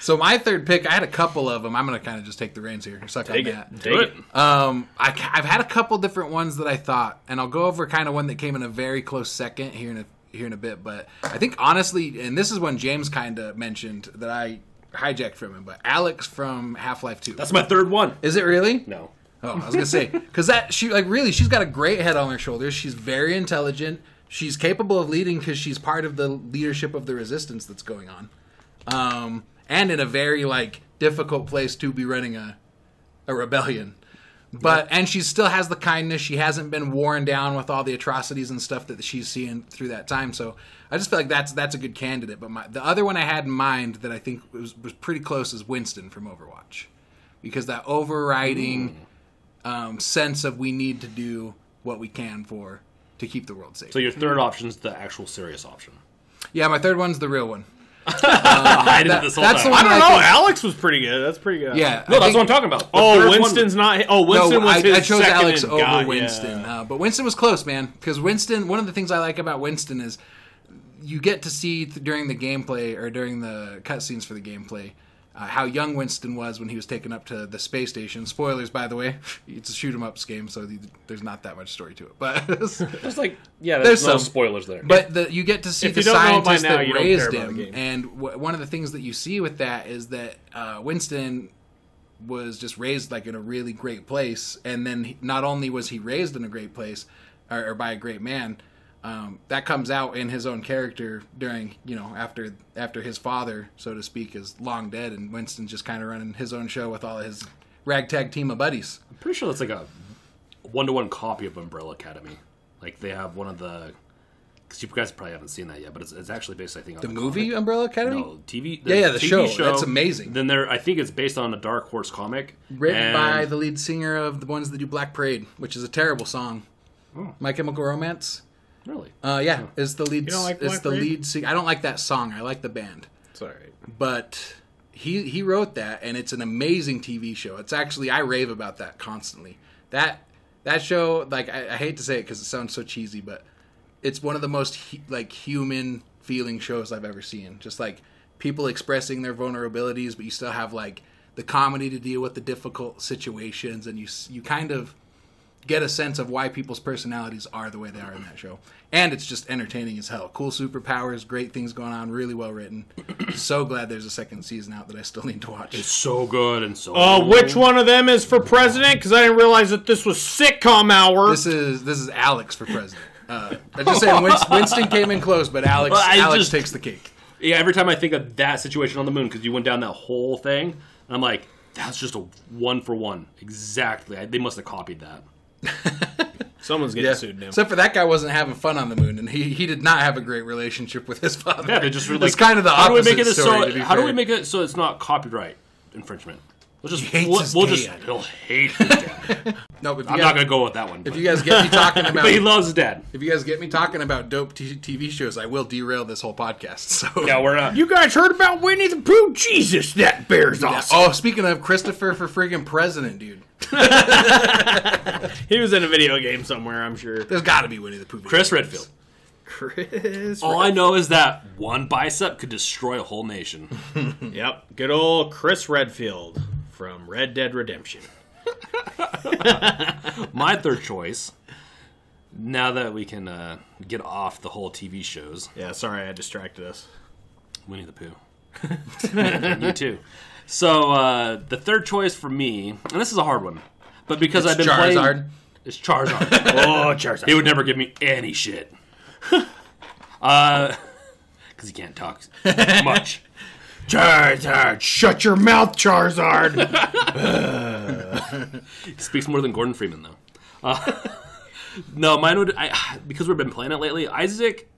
[SPEAKER 3] so my third pick, I had a couple of them. I'm going to kind of just take the reins here. Suck
[SPEAKER 2] Take
[SPEAKER 3] on
[SPEAKER 2] it.
[SPEAKER 3] that.
[SPEAKER 2] Take it.
[SPEAKER 3] Um, I, have had a couple different ones that I thought, and I'll go over kind of one that came in a very close second here in a here in a bit. But I think honestly, and this is one James kind of mentioned that I hijacked from him, but Alex from Half Life Two.
[SPEAKER 1] That's my third one.
[SPEAKER 3] is it really?
[SPEAKER 1] No.
[SPEAKER 3] Oh, I was gonna say because that she like really she's got a great head on her shoulders. She's very intelligent. She's capable of leading because she's part of the leadership of the resistance that's going on, um, and in a very like difficult place to be running a a rebellion. But and she still has the kindness. She hasn't been worn down with all the atrocities and stuff that she's seeing through that time. So I just feel like that's that's a good candidate. But my, the other one I had in mind that I think was, was pretty close is Winston from Overwatch, because that overriding um, sense of we need to do what we can for to keep the world safe.
[SPEAKER 1] So your third option's the actual serious option.
[SPEAKER 3] yeah, my third one's the real one.
[SPEAKER 1] I did this whole
[SPEAKER 3] that's
[SPEAKER 1] time.
[SPEAKER 3] the
[SPEAKER 2] I
[SPEAKER 3] one-
[SPEAKER 2] don't know.
[SPEAKER 3] I think-
[SPEAKER 2] Alex was pretty good. That's pretty good.
[SPEAKER 3] Yeah,
[SPEAKER 1] no,
[SPEAKER 3] I
[SPEAKER 1] that's
[SPEAKER 3] think-
[SPEAKER 1] what I'm talking about. The third
[SPEAKER 2] Oh,
[SPEAKER 1] one-
[SPEAKER 2] Winston not. Oh,
[SPEAKER 3] No,
[SPEAKER 2] Winston was
[SPEAKER 3] I,
[SPEAKER 2] his
[SPEAKER 3] I chose
[SPEAKER 2] second
[SPEAKER 3] Alex
[SPEAKER 2] and
[SPEAKER 3] over
[SPEAKER 2] got-
[SPEAKER 3] Winston,
[SPEAKER 2] yeah.
[SPEAKER 3] uh, but Winston was close, man. Because Winston, one of the things I like about Winston is you get to see th- during the gameplay or during the cutscenes for the gameplay uh, how young Winston was when he was taken up to the space station. Spoilers, by the way, *laughs* it's a shoot 'em ups game, so the, there's not that much story to it. But *laughs*
[SPEAKER 1] There's like yeah,
[SPEAKER 3] There's
[SPEAKER 1] there's, no
[SPEAKER 3] some.
[SPEAKER 1] spoilers there.
[SPEAKER 3] But the, you get to see
[SPEAKER 2] If
[SPEAKER 3] the
[SPEAKER 2] you don't know it by
[SPEAKER 3] scientist
[SPEAKER 2] now,
[SPEAKER 3] that
[SPEAKER 2] you don't care
[SPEAKER 3] raised
[SPEAKER 2] about the
[SPEAKER 3] him,
[SPEAKER 2] game.
[SPEAKER 3] and w- one of the things that you see with that is that uh, Winston was just raised like in a really great place, and then he, not only was he raised in a great place or, or by a great man, um, that comes out in his own character during you know after after his father, so to speak, is long dead, and Winston's just kind of running his own show with all of his ragtag team of buddies.
[SPEAKER 1] I'm pretty sure that's like a one to one copy of Umbrella Academy. Like they have one of the. Cause you guys probably haven't seen that yet, but it's, it's actually based, I think, on the,
[SPEAKER 3] The movie Umbrella Academy.
[SPEAKER 1] No, TV.
[SPEAKER 3] Yeah, yeah, the
[SPEAKER 1] TV
[SPEAKER 3] show. That's amazing.
[SPEAKER 1] Then there, I think it's based on a Dark Horse comic
[SPEAKER 3] written
[SPEAKER 1] and-
[SPEAKER 3] by the lead singer of the ones that do Black Parade, which is a terrible song. My Chemical Romance.
[SPEAKER 1] Really?
[SPEAKER 3] Uh, yeah, is the lead.
[SPEAKER 2] don't like
[SPEAKER 3] is
[SPEAKER 2] Black
[SPEAKER 3] the
[SPEAKER 2] Parade?
[SPEAKER 3] lead singer. I don't like that song. I like the band,
[SPEAKER 2] It's all right.
[SPEAKER 3] but he he wrote that, and it's an amazing TV show. It's actually I rave about that constantly. That that show, like I, I hate to say it because it sounds so cheesy, but it's one of the most hu- like human feeling shows I've ever seen. Just like people expressing their vulnerabilities, but you still have like the comedy to deal with the difficult situations, and you s- you kind of get a sense of why people's personalities are the way they are in that show. And it's just entertaining as hell. Cool superpowers, great things going on, really well written. *clears throat* so glad there's a second season out that I still need to watch.
[SPEAKER 1] so good and so.
[SPEAKER 2] Uh, which one of them is for president? Because I didn't realize that this was sitcom hour.
[SPEAKER 3] This is this is Alex for president. Uh, I'm just saying Winst- Winston came in close, but Alex
[SPEAKER 1] Well, I
[SPEAKER 3] Alex
[SPEAKER 1] just-
[SPEAKER 3] takes the cake.
[SPEAKER 1] Yeah, every time I think of that situation on the moon, because you went down that whole thing, and I'm like, that's just a one for one. Exactly. I, they must have copied that.
[SPEAKER 2] Someone's getting sued now.
[SPEAKER 3] Except for that guy wasn't having fun on the moon, and he, he did not have a great relationship with his father.
[SPEAKER 1] Yeah, they just were
[SPEAKER 3] it's
[SPEAKER 1] like,
[SPEAKER 3] kind of the
[SPEAKER 1] how do we
[SPEAKER 3] opposite
[SPEAKER 1] make it
[SPEAKER 3] story.
[SPEAKER 1] so?
[SPEAKER 3] to be
[SPEAKER 1] How do
[SPEAKER 3] fair.
[SPEAKER 1] we make it so it's not copyright infringement? We'll just
[SPEAKER 3] hates
[SPEAKER 1] we'll,
[SPEAKER 3] his
[SPEAKER 1] we'll
[SPEAKER 3] dad.
[SPEAKER 1] just he'll
[SPEAKER 3] *laughs*
[SPEAKER 1] hate. His dad.
[SPEAKER 3] No, but if you,
[SPEAKER 1] I'm
[SPEAKER 3] guys,
[SPEAKER 1] not gonna go with that one.
[SPEAKER 3] if
[SPEAKER 1] but-
[SPEAKER 3] you
[SPEAKER 1] *laughs*
[SPEAKER 3] guys get me talking about
[SPEAKER 1] but he loves his dad.
[SPEAKER 3] if you guys get me talking about dope t- TV shows, I will derail this whole podcast. *laughs* So
[SPEAKER 1] Yeah, we're
[SPEAKER 3] uh,
[SPEAKER 1] not.
[SPEAKER 2] You guys heard about Winnie the Pooh? Jesus, that bear's awesome.
[SPEAKER 3] Oh, speaking of Christopher for friggin' president, dude.
[SPEAKER 2] He was in a video game somewhere, I'm sure.
[SPEAKER 3] There's got to be Winnie the Pooh.
[SPEAKER 1] Chris Redfield.
[SPEAKER 2] Chris.
[SPEAKER 1] All I know is that one bicep could destroy a whole nation.
[SPEAKER 2] Yep, good old Chris Redfield from Red Dead Redemption.
[SPEAKER 1] My third choice. Now that we can uh, get off the whole TV shows,
[SPEAKER 2] Yeah, sorry I distracted us.
[SPEAKER 1] Winnie the Pooh. *laughs* you too. So uh, the third choice for me, and this is a hard one, but because I've been playing,
[SPEAKER 3] Charizard.
[SPEAKER 1] it's Charizard.
[SPEAKER 2] *laughs* Oh, Charizard.
[SPEAKER 1] he would never give me any
[SPEAKER 2] *laughs*
[SPEAKER 1] shit. Because he can't talk much.
[SPEAKER 2] Charizard, shut your mouth, Charizard.
[SPEAKER 1] Speaks more than Gordon Freeman, though. Uh, *laughs* no, mine would I, because we've been playing it lately. Isaac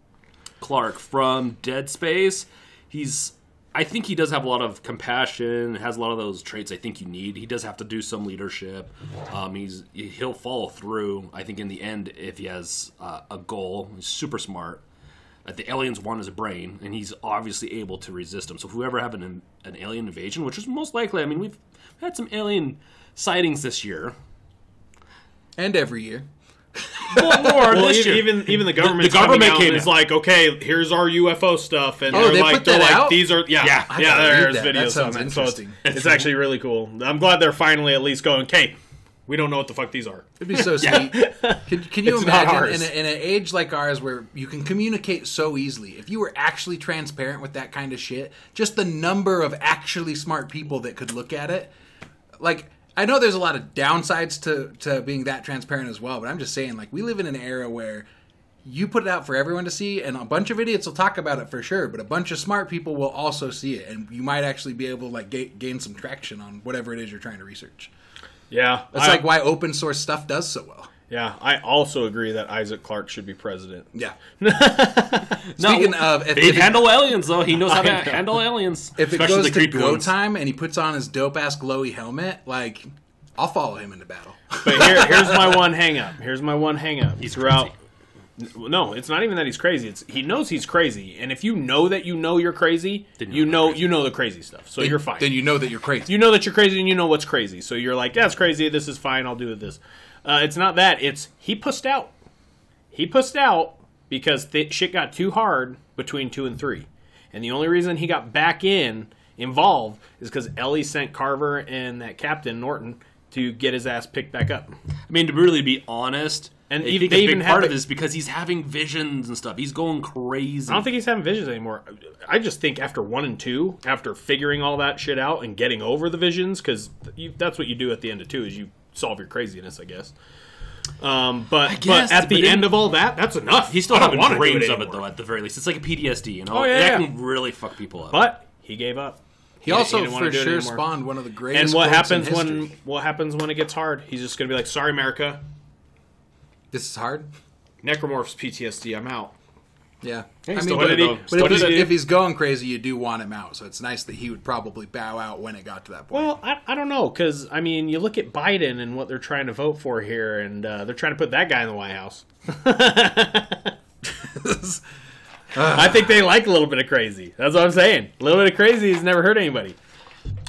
[SPEAKER 1] Clark from Dead Space. He's I think he does have a lot of compassion. Has a lot of those traits I think you need. He does have to do some leadership. Um, he's he'll follow through. I think in the end, if he has uh, a goal, he's super smart. Like the aliens want his brain, and he's obviously able to resist them. So if we ever have an an alien invasion, which is most likely, I mean, we've had some alien sightings this year.
[SPEAKER 3] And every year.
[SPEAKER 1] Well, more
[SPEAKER 2] *laughs* *laughs* well,
[SPEAKER 1] this
[SPEAKER 2] even,
[SPEAKER 1] year.
[SPEAKER 2] even even the government
[SPEAKER 1] the government
[SPEAKER 2] out
[SPEAKER 1] came
[SPEAKER 2] and is
[SPEAKER 1] out.
[SPEAKER 2] like, okay, here's our UFO stuff, and
[SPEAKER 3] Oh,
[SPEAKER 2] they're
[SPEAKER 3] they
[SPEAKER 2] like,
[SPEAKER 3] put
[SPEAKER 2] they're
[SPEAKER 3] that
[SPEAKER 2] like,
[SPEAKER 3] out?
[SPEAKER 2] these are yeah yeah,
[SPEAKER 1] Yeah.
[SPEAKER 3] I gotta
[SPEAKER 2] there's
[SPEAKER 3] read that. That
[SPEAKER 2] videos
[SPEAKER 3] sounds
[SPEAKER 2] on it, so it's,
[SPEAKER 3] interesting.
[SPEAKER 2] it's actually really cool. I'm glad they're finally at least going, okay, we don't know what the fuck these are.
[SPEAKER 3] It'd
[SPEAKER 2] *laughs*
[SPEAKER 3] be so sweet. Can, can you
[SPEAKER 2] It's not
[SPEAKER 3] imagine
[SPEAKER 2] ours.
[SPEAKER 3] in, a, in an age like ours where you can communicate so easily? If you were actually transparent with that kind of shit, just the number of actually smart people that could look at it. Like, I know there's a lot of downsides to, to being that transparent as well, but I'm just saying, like, we live in an era where you put it out for everyone to see, and a bunch of idiots will talk about it for sure, but a bunch of smart people will also see it, and you might actually be able to, like, ga- gain some traction on whatever it is you're trying to research.
[SPEAKER 2] Yeah,
[SPEAKER 3] That's
[SPEAKER 2] I,
[SPEAKER 3] like why open source stuff does so well.
[SPEAKER 2] yeah. I also agree that Isaac Clark should be president. *laughs*
[SPEAKER 3] Yeah.
[SPEAKER 1] No,
[SPEAKER 3] Speaking of, if,
[SPEAKER 1] they
[SPEAKER 3] if, it,
[SPEAKER 1] handle aliens though. He knows how to
[SPEAKER 2] I know.
[SPEAKER 1] handle aliens.
[SPEAKER 3] if it
[SPEAKER 1] Especially
[SPEAKER 3] goes
[SPEAKER 1] the
[SPEAKER 3] to
[SPEAKER 1] creepy
[SPEAKER 3] go
[SPEAKER 1] ones.
[SPEAKER 3] time and he puts on his dope ass glowy helmet, like I'll follow him into battle.
[SPEAKER 2] But here, here's my one hang up. Here's my one hang up. He's throughout. No, it's not even that he's crazy. It's he knows he's crazy, and if you know that you know you're crazy,
[SPEAKER 1] Then
[SPEAKER 2] you
[SPEAKER 1] you're
[SPEAKER 2] know you know the crazy stuff. So you're fine.
[SPEAKER 3] Then you know that you're crazy.
[SPEAKER 2] you know that you're crazy and you know what's crazy. So you're like, that's crazy. This is fine. I'll do this. Uh, it's not that. It's he pussed out. He pussed out because th- shit got too hard between two and three. And the only reason he got back in involved is because Ellie sent Carver and that captain Norton to get his ass picked back up.
[SPEAKER 1] I mean, to really be honest,
[SPEAKER 2] And
[SPEAKER 1] and I
[SPEAKER 2] even-
[SPEAKER 1] think
[SPEAKER 2] they
[SPEAKER 1] a
[SPEAKER 2] even
[SPEAKER 1] big
[SPEAKER 2] have
[SPEAKER 1] part of
[SPEAKER 2] the-
[SPEAKER 1] this because he's having visions and stuff. He's going crazy.
[SPEAKER 2] I don't think he's having visions anymore. I just think after one and two, after figuring all that shit out and getting over the visions, because that's what you do at the end of two is you solve your craziness, I guess. Um, but
[SPEAKER 1] guess,
[SPEAKER 2] but at the
[SPEAKER 1] but then-
[SPEAKER 2] end of all that, that's enough.
[SPEAKER 1] he's still
[SPEAKER 2] I don't
[SPEAKER 1] having
[SPEAKER 2] wanna do
[SPEAKER 1] dreams of it
[SPEAKER 2] anymore.
[SPEAKER 1] though. At the very least, it's like a PTSD. You know,
[SPEAKER 2] Oh, yeah,
[SPEAKER 1] that
[SPEAKER 2] yeah.
[SPEAKER 1] can really fuck people up.
[SPEAKER 2] But he gave up.
[SPEAKER 3] He also
[SPEAKER 2] didn't wanna
[SPEAKER 3] for
[SPEAKER 2] do it
[SPEAKER 3] sure
[SPEAKER 2] anymore.
[SPEAKER 3] spawned one of the greatest.
[SPEAKER 2] And what
[SPEAKER 3] quotes in
[SPEAKER 2] happens when
[SPEAKER 3] history.
[SPEAKER 2] what happens when it gets hard? He's just gonna be like, "Sorry, America,
[SPEAKER 3] this is hard?
[SPEAKER 2] necromorphs PTSD. I'm out."
[SPEAKER 3] Yeah,
[SPEAKER 2] Still
[SPEAKER 3] I mean,
[SPEAKER 2] did
[SPEAKER 3] but,
[SPEAKER 2] it,
[SPEAKER 1] though.
[SPEAKER 2] though.
[SPEAKER 3] but
[SPEAKER 2] Still
[SPEAKER 3] if, he's,
[SPEAKER 2] did it.
[SPEAKER 3] if he's going crazy, you do want him out. So it's nice that he would probably bow out when it got to that point.
[SPEAKER 2] Well, I, I don't know because I mean, you look at Biden and what they're trying to vote for here, and uh, they're trying to put that guy in the White House. *laughs* I think they like a little bit of crazy. That's what I'm saying. A little bit of crazy has never hurt anybody.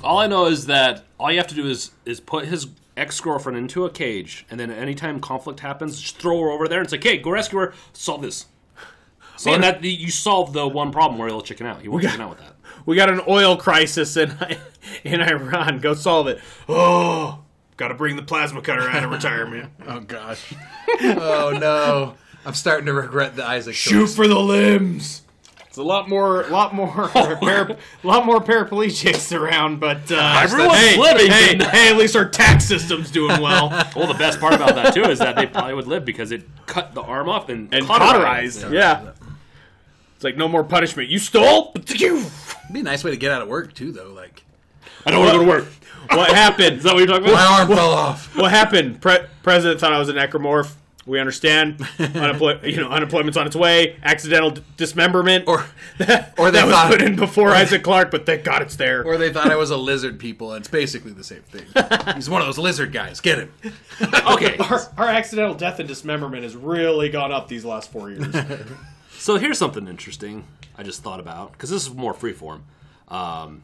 [SPEAKER 1] all I know is that all you have to do is is put his ex girlfriend into a cage, and then anytime conflict happens, just throw her over there and say, "Hey, go rescue her. Solve this." See, and that you solve the one problem where he'll chicken out. He won't chicken out with that.
[SPEAKER 2] We got an oil crisis in *laughs* in Iran. Go solve it. Oh, got to bring the plasma cutter out of retirement.
[SPEAKER 3] *laughs* oh gosh. oh
[SPEAKER 2] *laughs*
[SPEAKER 3] no. I'm starting to regret the Isaac.
[SPEAKER 2] Shoot
[SPEAKER 3] choice.
[SPEAKER 2] for the limbs. It's a lot more, lot more, *laughs* para, lot more paraplegics around, but uh,
[SPEAKER 1] Everyone's
[SPEAKER 2] hey,
[SPEAKER 1] living.
[SPEAKER 2] Hey, *laughs* hey, at least our tax system's doing well
[SPEAKER 1] Well, the best part about that too is that they probably would live because it cut the arm off and,
[SPEAKER 2] *laughs* and cauterized. Yeah, it's like no more punishment. You stole. *laughs*
[SPEAKER 3] It'd be a nice way to get out of work too, though. Like
[SPEAKER 1] I don't want to go to work. Is
[SPEAKER 2] What happened?
[SPEAKER 1] that what you're talking
[SPEAKER 3] my
[SPEAKER 1] about?
[SPEAKER 3] arm fell off.
[SPEAKER 2] What happened? Pre- President thought I was a necromorph. We understand unemploy- *laughs* you know unemployment's on its way, accidental d- dismemberment, or
[SPEAKER 3] Or or
[SPEAKER 2] *laughs*
[SPEAKER 3] they
[SPEAKER 2] that was
[SPEAKER 3] thought-
[SPEAKER 2] put in before Isaac Clarke, but thank God it's there.
[SPEAKER 3] or they thought I was a lizard people, and it's basically the same thing. He's one of those lizard guys. Get him.
[SPEAKER 1] Okay,
[SPEAKER 2] our,
[SPEAKER 3] *laughs*
[SPEAKER 2] our accidental death and dismemberment has really gone up these last four
[SPEAKER 3] *laughs*
[SPEAKER 2] years.
[SPEAKER 1] so here's something interesting I just thought about because this is more freeform. Um,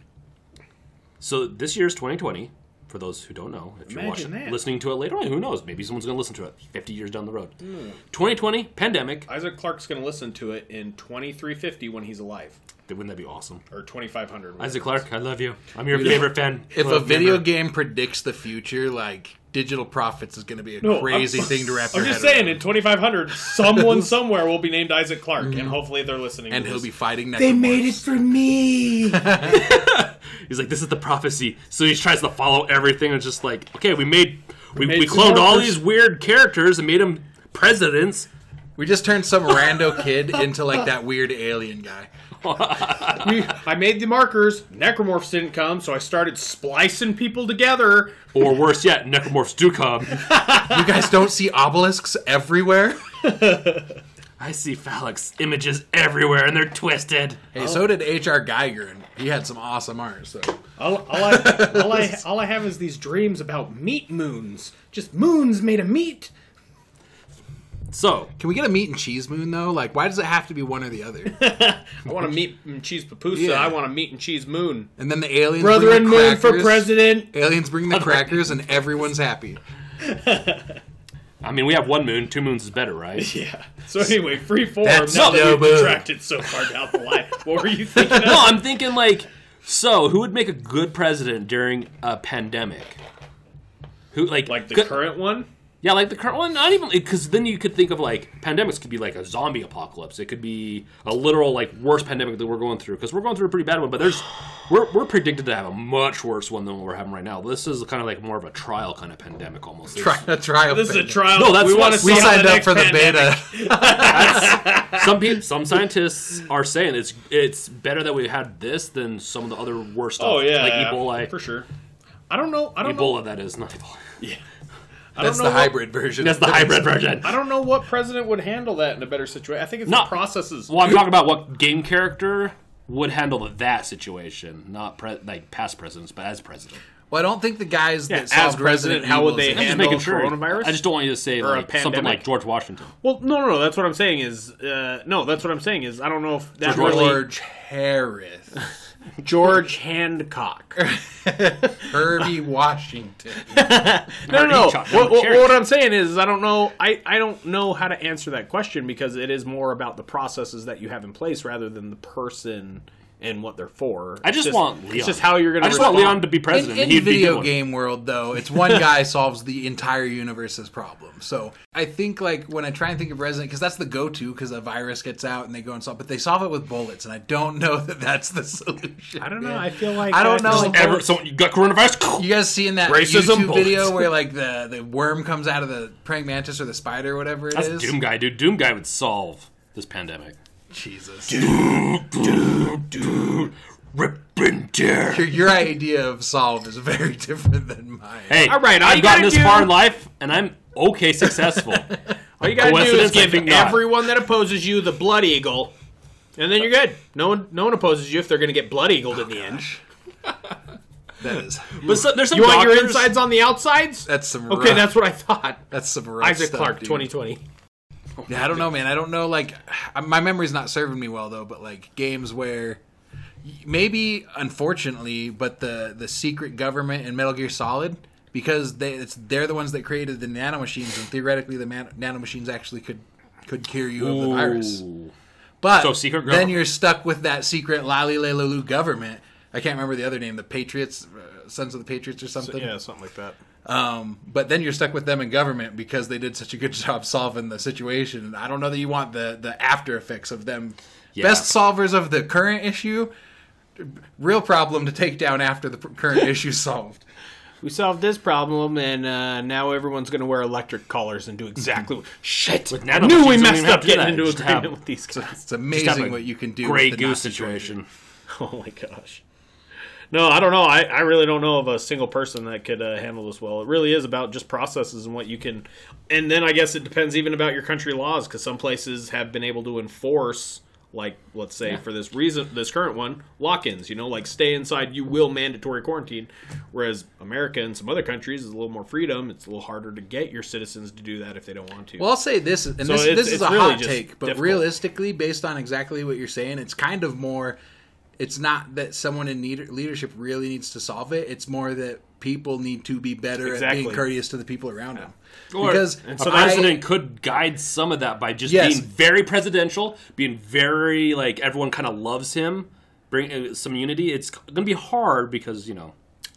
[SPEAKER 1] so this year's 2020. For those who don't know, if you're
[SPEAKER 2] Imagine
[SPEAKER 1] watching,
[SPEAKER 2] that.
[SPEAKER 1] listening to it later on, who knows? Maybe someone's going to listen to it 50 years down the road. 2020 pandemic.
[SPEAKER 2] Isaac Clarke's going to listen to it in 2350 when he's alive,
[SPEAKER 1] Wouldn't that be awesome?
[SPEAKER 2] or 2500.
[SPEAKER 1] Isaac Clark, I love you. I'm your favorite fan.
[SPEAKER 3] If a
[SPEAKER 1] club
[SPEAKER 3] video
[SPEAKER 1] member.
[SPEAKER 3] game predicts the future, like digital profits is going to be
[SPEAKER 2] *laughs*
[SPEAKER 3] a crazy thing to wrap
[SPEAKER 2] I'm
[SPEAKER 3] your
[SPEAKER 2] just
[SPEAKER 3] head
[SPEAKER 2] saying,
[SPEAKER 3] around.
[SPEAKER 2] in 2500, someone somewhere will be named Isaac Clarke, and hopefully they're listening.
[SPEAKER 3] Mm-hmm. and
[SPEAKER 2] to
[SPEAKER 3] he'll
[SPEAKER 2] this.
[SPEAKER 3] be fighting.
[SPEAKER 4] They made it for me.
[SPEAKER 1] he's like, this is the prophecy. So he tries to follow everything. It's just like, okay, we made, we,
[SPEAKER 2] made
[SPEAKER 1] we
[SPEAKER 2] some
[SPEAKER 1] cloned
[SPEAKER 2] more
[SPEAKER 1] all
[SPEAKER 2] pers-
[SPEAKER 1] these weird characters and made them presidents.
[SPEAKER 3] We just turned some rando kid into like that weird alien guy.
[SPEAKER 2] I made the markers. Necromorphs didn't come, so I started splicing people together.
[SPEAKER 1] Or worse yet, necromorphs do come.
[SPEAKER 3] You guys don't see obelisks everywhere.
[SPEAKER 1] I see phallic images everywhere, and they're twisted.
[SPEAKER 3] Hey,
[SPEAKER 2] Oh.
[SPEAKER 3] so did H.R. Geiger, and he had some awesome art. So
[SPEAKER 2] All, all, I, all,
[SPEAKER 3] *laughs*
[SPEAKER 2] I, all I have is these dreams about meat moons. Just moons made of meat.
[SPEAKER 1] So
[SPEAKER 3] Can we get a meat and cheese moon though? Like, why does it have to be one or the other?
[SPEAKER 2] I want a meat and cheese papusa.
[SPEAKER 3] Yeah.
[SPEAKER 2] I want a meat and cheese moon.
[SPEAKER 3] And then the aliens
[SPEAKER 2] Brother
[SPEAKER 3] bring
[SPEAKER 2] and
[SPEAKER 3] the
[SPEAKER 2] moon for
[SPEAKER 3] crackers.
[SPEAKER 2] president.
[SPEAKER 3] Aliens bring the crackers, and everyone's happy.
[SPEAKER 1] I mean, we have one moon. Two moons is better, right?
[SPEAKER 2] *laughs* Yeah. So anyway, free form.
[SPEAKER 3] That's
[SPEAKER 2] now that
[SPEAKER 3] no
[SPEAKER 2] we've
[SPEAKER 3] moon.
[SPEAKER 2] detracted so far down the line, what were you thinking? Of?
[SPEAKER 1] no, I'm thinking like, so who would make a good president during a pandemic? Who like
[SPEAKER 2] Like the
[SPEAKER 1] could-
[SPEAKER 2] current one?
[SPEAKER 1] Yeah, like the current one, not even because then you could think of like pandemics could be like a zombie apocalypse. It could be a literal like worst pandemic that we're going through because we're going through a pretty bad one. But there's *sighs* we're we're predicted to have a much worse one than what we're having right now. This is kind of like more of a trial kind of pandemic almost.
[SPEAKER 3] Try a trial.
[SPEAKER 2] This is a
[SPEAKER 3] thing.
[SPEAKER 2] trial.
[SPEAKER 1] No, that's
[SPEAKER 2] we
[SPEAKER 1] what-
[SPEAKER 2] want to
[SPEAKER 1] we
[SPEAKER 2] see
[SPEAKER 3] We
[SPEAKER 2] how
[SPEAKER 3] signed
[SPEAKER 2] the
[SPEAKER 3] up
[SPEAKER 2] next
[SPEAKER 3] for the
[SPEAKER 2] pandemic- *laughs*
[SPEAKER 3] beta.
[SPEAKER 1] some people, some scientists are saying it's it's better that we had this than some of the other worst stuff.
[SPEAKER 2] Oh yeah,
[SPEAKER 1] like
[SPEAKER 2] yeah,
[SPEAKER 1] Ebola,
[SPEAKER 2] for sure. I don't know. I don't know.
[SPEAKER 1] Ebola that is not Ebola.
[SPEAKER 2] I don't
[SPEAKER 3] That's
[SPEAKER 2] know
[SPEAKER 3] the
[SPEAKER 2] what-
[SPEAKER 3] hybrid version.
[SPEAKER 1] That's the hybrid version.
[SPEAKER 2] I don't know what president would handle that in a better situation. I think it's
[SPEAKER 1] No.
[SPEAKER 2] the processes.
[SPEAKER 1] Well, I'm talking about what game character would handle that situation, not pre- like past presidents, but as president.
[SPEAKER 3] Well, I don't think the guys that
[SPEAKER 2] as
[SPEAKER 3] solved
[SPEAKER 2] president,
[SPEAKER 3] Resident
[SPEAKER 2] how would
[SPEAKER 3] Evil
[SPEAKER 2] they
[SPEAKER 3] is-
[SPEAKER 1] I'm just
[SPEAKER 2] handle
[SPEAKER 1] making sure.
[SPEAKER 2] coronavirus?
[SPEAKER 1] I just don't want you to say
[SPEAKER 2] Or a
[SPEAKER 1] like, something
[SPEAKER 2] pandemic?
[SPEAKER 1] like George Washington.
[SPEAKER 2] Well, no, no, no. That's what I'm saying is, uh, no, that's what I'm saying is, I don't know if that
[SPEAKER 1] George
[SPEAKER 2] really
[SPEAKER 3] George Harris,
[SPEAKER 2] George Hancock. *laughs*
[SPEAKER 3] Herbie Washington.
[SPEAKER 2] no, no, no.
[SPEAKER 1] Chuck
[SPEAKER 2] What, what,
[SPEAKER 1] Cherokee.
[SPEAKER 2] what I'm saying is, I don't know. I, I don't know how to answer that question because it is more about the processes that you have in place rather than the person and what they're for.
[SPEAKER 1] I just
[SPEAKER 2] It's
[SPEAKER 1] want
[SPEAKER 2] It's
[SPEAKER 1] Leon.
[SPEAKER 2] just how you're going
[SPEAKER 1] I
[SPEAKER 2] to.
[SPEAKER 1] just want Leon to be
[SPEAKER 3] In,
[SPEAKER 1] president.
[SPEAKER 3] in
[SPEAKER 1] He'd be good
[SPEAKER 3] video
[SPEAKER 1] one.
[SPEAKER 3] game world, though, it's one guy solves the entire universe's problem. So I think, like, when I try and think of Resident, because that's the go-to, because a virus gets out and they go and solve, but they solve it with bullets, and I don't *laughs* know that that's the solution.
[SPEAKER 2] I don't know. I feel like
[SPEAKER 3] I don't
[SPEAKER 2] uh,
[SPEAKER 3] know.
[SPEAKER 2] just
[SPEAKER 1] Ever, so you got coronavirus?
[SPEAKER 3] You guys seen that
[SPEAKER 1] Racism
[SPEAKER 3] YouTube
[SPEAKER 1] bullets.
[SPEAKER 3] video where like the, the worm comes out of the praying mantis or the spider or whatever it is?
[SPEAKER 1] That's Doom guy, dude. Doom guy would solve this pandemic.
[SPEAKER 3] Jesus.
[SPEAKER 1] Dude, rip in tear.
[SPEAKER 3] Your, your idea of solve is very *laughs* different than mine.
[SPEAKER 1] Hey,
[SPEAKER 2] All right, all you
[SPEAKER 1] I've
[SPEAKER 2] gotta
[SPEAKER 1] gotten this
[SPEAKER 2] do-
[SPEAKER 1] far in life, and I'm okay
[SPEAKER 2] *laughs*
[SPEAKER 1] successful.
[SPEAKER 2] All you gotta do is
[SPEAKER 1] Coincidence? I
[SPEAKER 2] give
[SPEAKER 1] think not.
[SPEAKER 2] everyone that opposes you the blood eagle, and then you're good. No one, no one opposes you if they're gonna get blood eagled in the
[SPEAKER 1] Oh,
[SPEAKER 2] end.
[SPEAKER 3] *laughs* That is
[SPEAKER 1] but so, there's some
[SPEAKER 2] You want your
[SPEAKER 1] doctors-
[SPEAKER 2] insides on the outsides?
[SPEAKER 3] that's some
[SPEAKER 2] okay,
[SPEAKER 3] rough-
[SPEAKER 2] that's what I thought.
[SPEAKER 3] that's some rough
[SPEAKER 2] Isaac
[SPEAKER 3] stuff,
[SPEAKER 2] Clark,
[SPEAKER 3] dude.
[SPEAKER 2] 2020.
[SPEAKER 3] Yeah, I don't know, man. I don't know. Like *sighs* I- my memory's not serving me well though. But like games where maybe unfortunately, but the the secret government in Metal Gear Solid because they it's they're the ones that created the nanomachines and theoretically the man, nanomachines actually could could cure you of the virus.
[SPEAKER 1] Ooh.
[SPEAKER 3] But
[SPEAKER 1] So secret
[SPEAKER 3] then
[SPEAKER 1] government.
[SPEAKER 3] you're stuck with that secret Lalilalulu government. I can't remember the other name, the Patriots, uh, Sons of the Patriots or something.
[SPEAKER 2] something like that.
[SPEAKER 3] Um, but then you're stuck with them in government because they did such a good *laughs* job solving the situation. And I don't know that you want the the after effects of them. Best solvers of the current issue. Real problem to take down after the p-
[SPEAKER 1] *laughs*
[SPEAKER 3] current issue solved.
[SPEAKER 2] We solved this problem, and uh, now everyone's gonna wear electric collars and
[SPEAKER 1] *laughs*
[SPEAKER 2] do exactly what. Shit!
[SPEAKER 1] With
[SPEAKER 2] I knew
[SPEAKER 1] nanomachines,
[SPEAKER 2] we
[SPEAKER 1] don't
[SPEAKER 2] messed
[SPEAKER 1] even have
[SPEAKER 2] up
[SPEAKER 1] to do
[SPEAKER 2] getting
[SPEAKER 1] that.
[SPEAKER 2] into
[SPEAKER 1] Just
[SPEAKER 2] agreement
[SPEAKER 1] have-
[SPEAKER 2] with these guys.
[SPEAKER 3] It's amazing
[SPEAKER 1] a
[SPEAKER 3] what you can do.
[SPEAKER 1] Gray
[SPEAKER 3] with
[SPEAKER 2] *laughs*
[SPEAKER 3] the
[SPEAKER 1] goose
[SPEAKER 3] Nazi
[SPEAKER 1] situation.
[SPEAKER 2] Oh my gosh. No, I don't know. I, I really don't know of a single person that could uh, handle this well. It really is about just processes and what you can. And then I guess it depends even about your country laws because some places have been able to enforce, like let's say for this reason, this current one, lock-ins. You know, like stay inside, you will mandatory quarantine. Whereas America and some other countries is a little more freedom. It's a little harder to get your citizens to do that if they don't want to.
[SPEAKER 3] Well, I'll say this, and this,
[SPEAKER 2] it's-
[SPEAKER 3] this is
[SPEAKER 2] it's
[SPEAKER 3] a
[SPEAKER 2] really
[SPEAKER 3] hot
[SPEAKER 2] just
[SPEAKER 3] take, but
[SPEAKER 2] difficult.
[SPEAKER 3] realistically, based on exactly what you're saying, it's kind of more. It's not that someone in need, leadership really needs to solve it. It's more that people need to be better at
[SPEAKER 2] Exactly.
[SPEAKER 3] being courteous to the people around them.
[SPEAKER 1] Or-
[SPEAKER 3] because
[SPEAKER 1] and so
[SPEAKER 3] I-
[SPEAKER 1] the president could guide some of that by just
[SPEAKER 3] Yes.
[SPEAKER 1] being very presidential, being very like everyone kind of loves him, bring uh, some unity. It's going to be hard because you know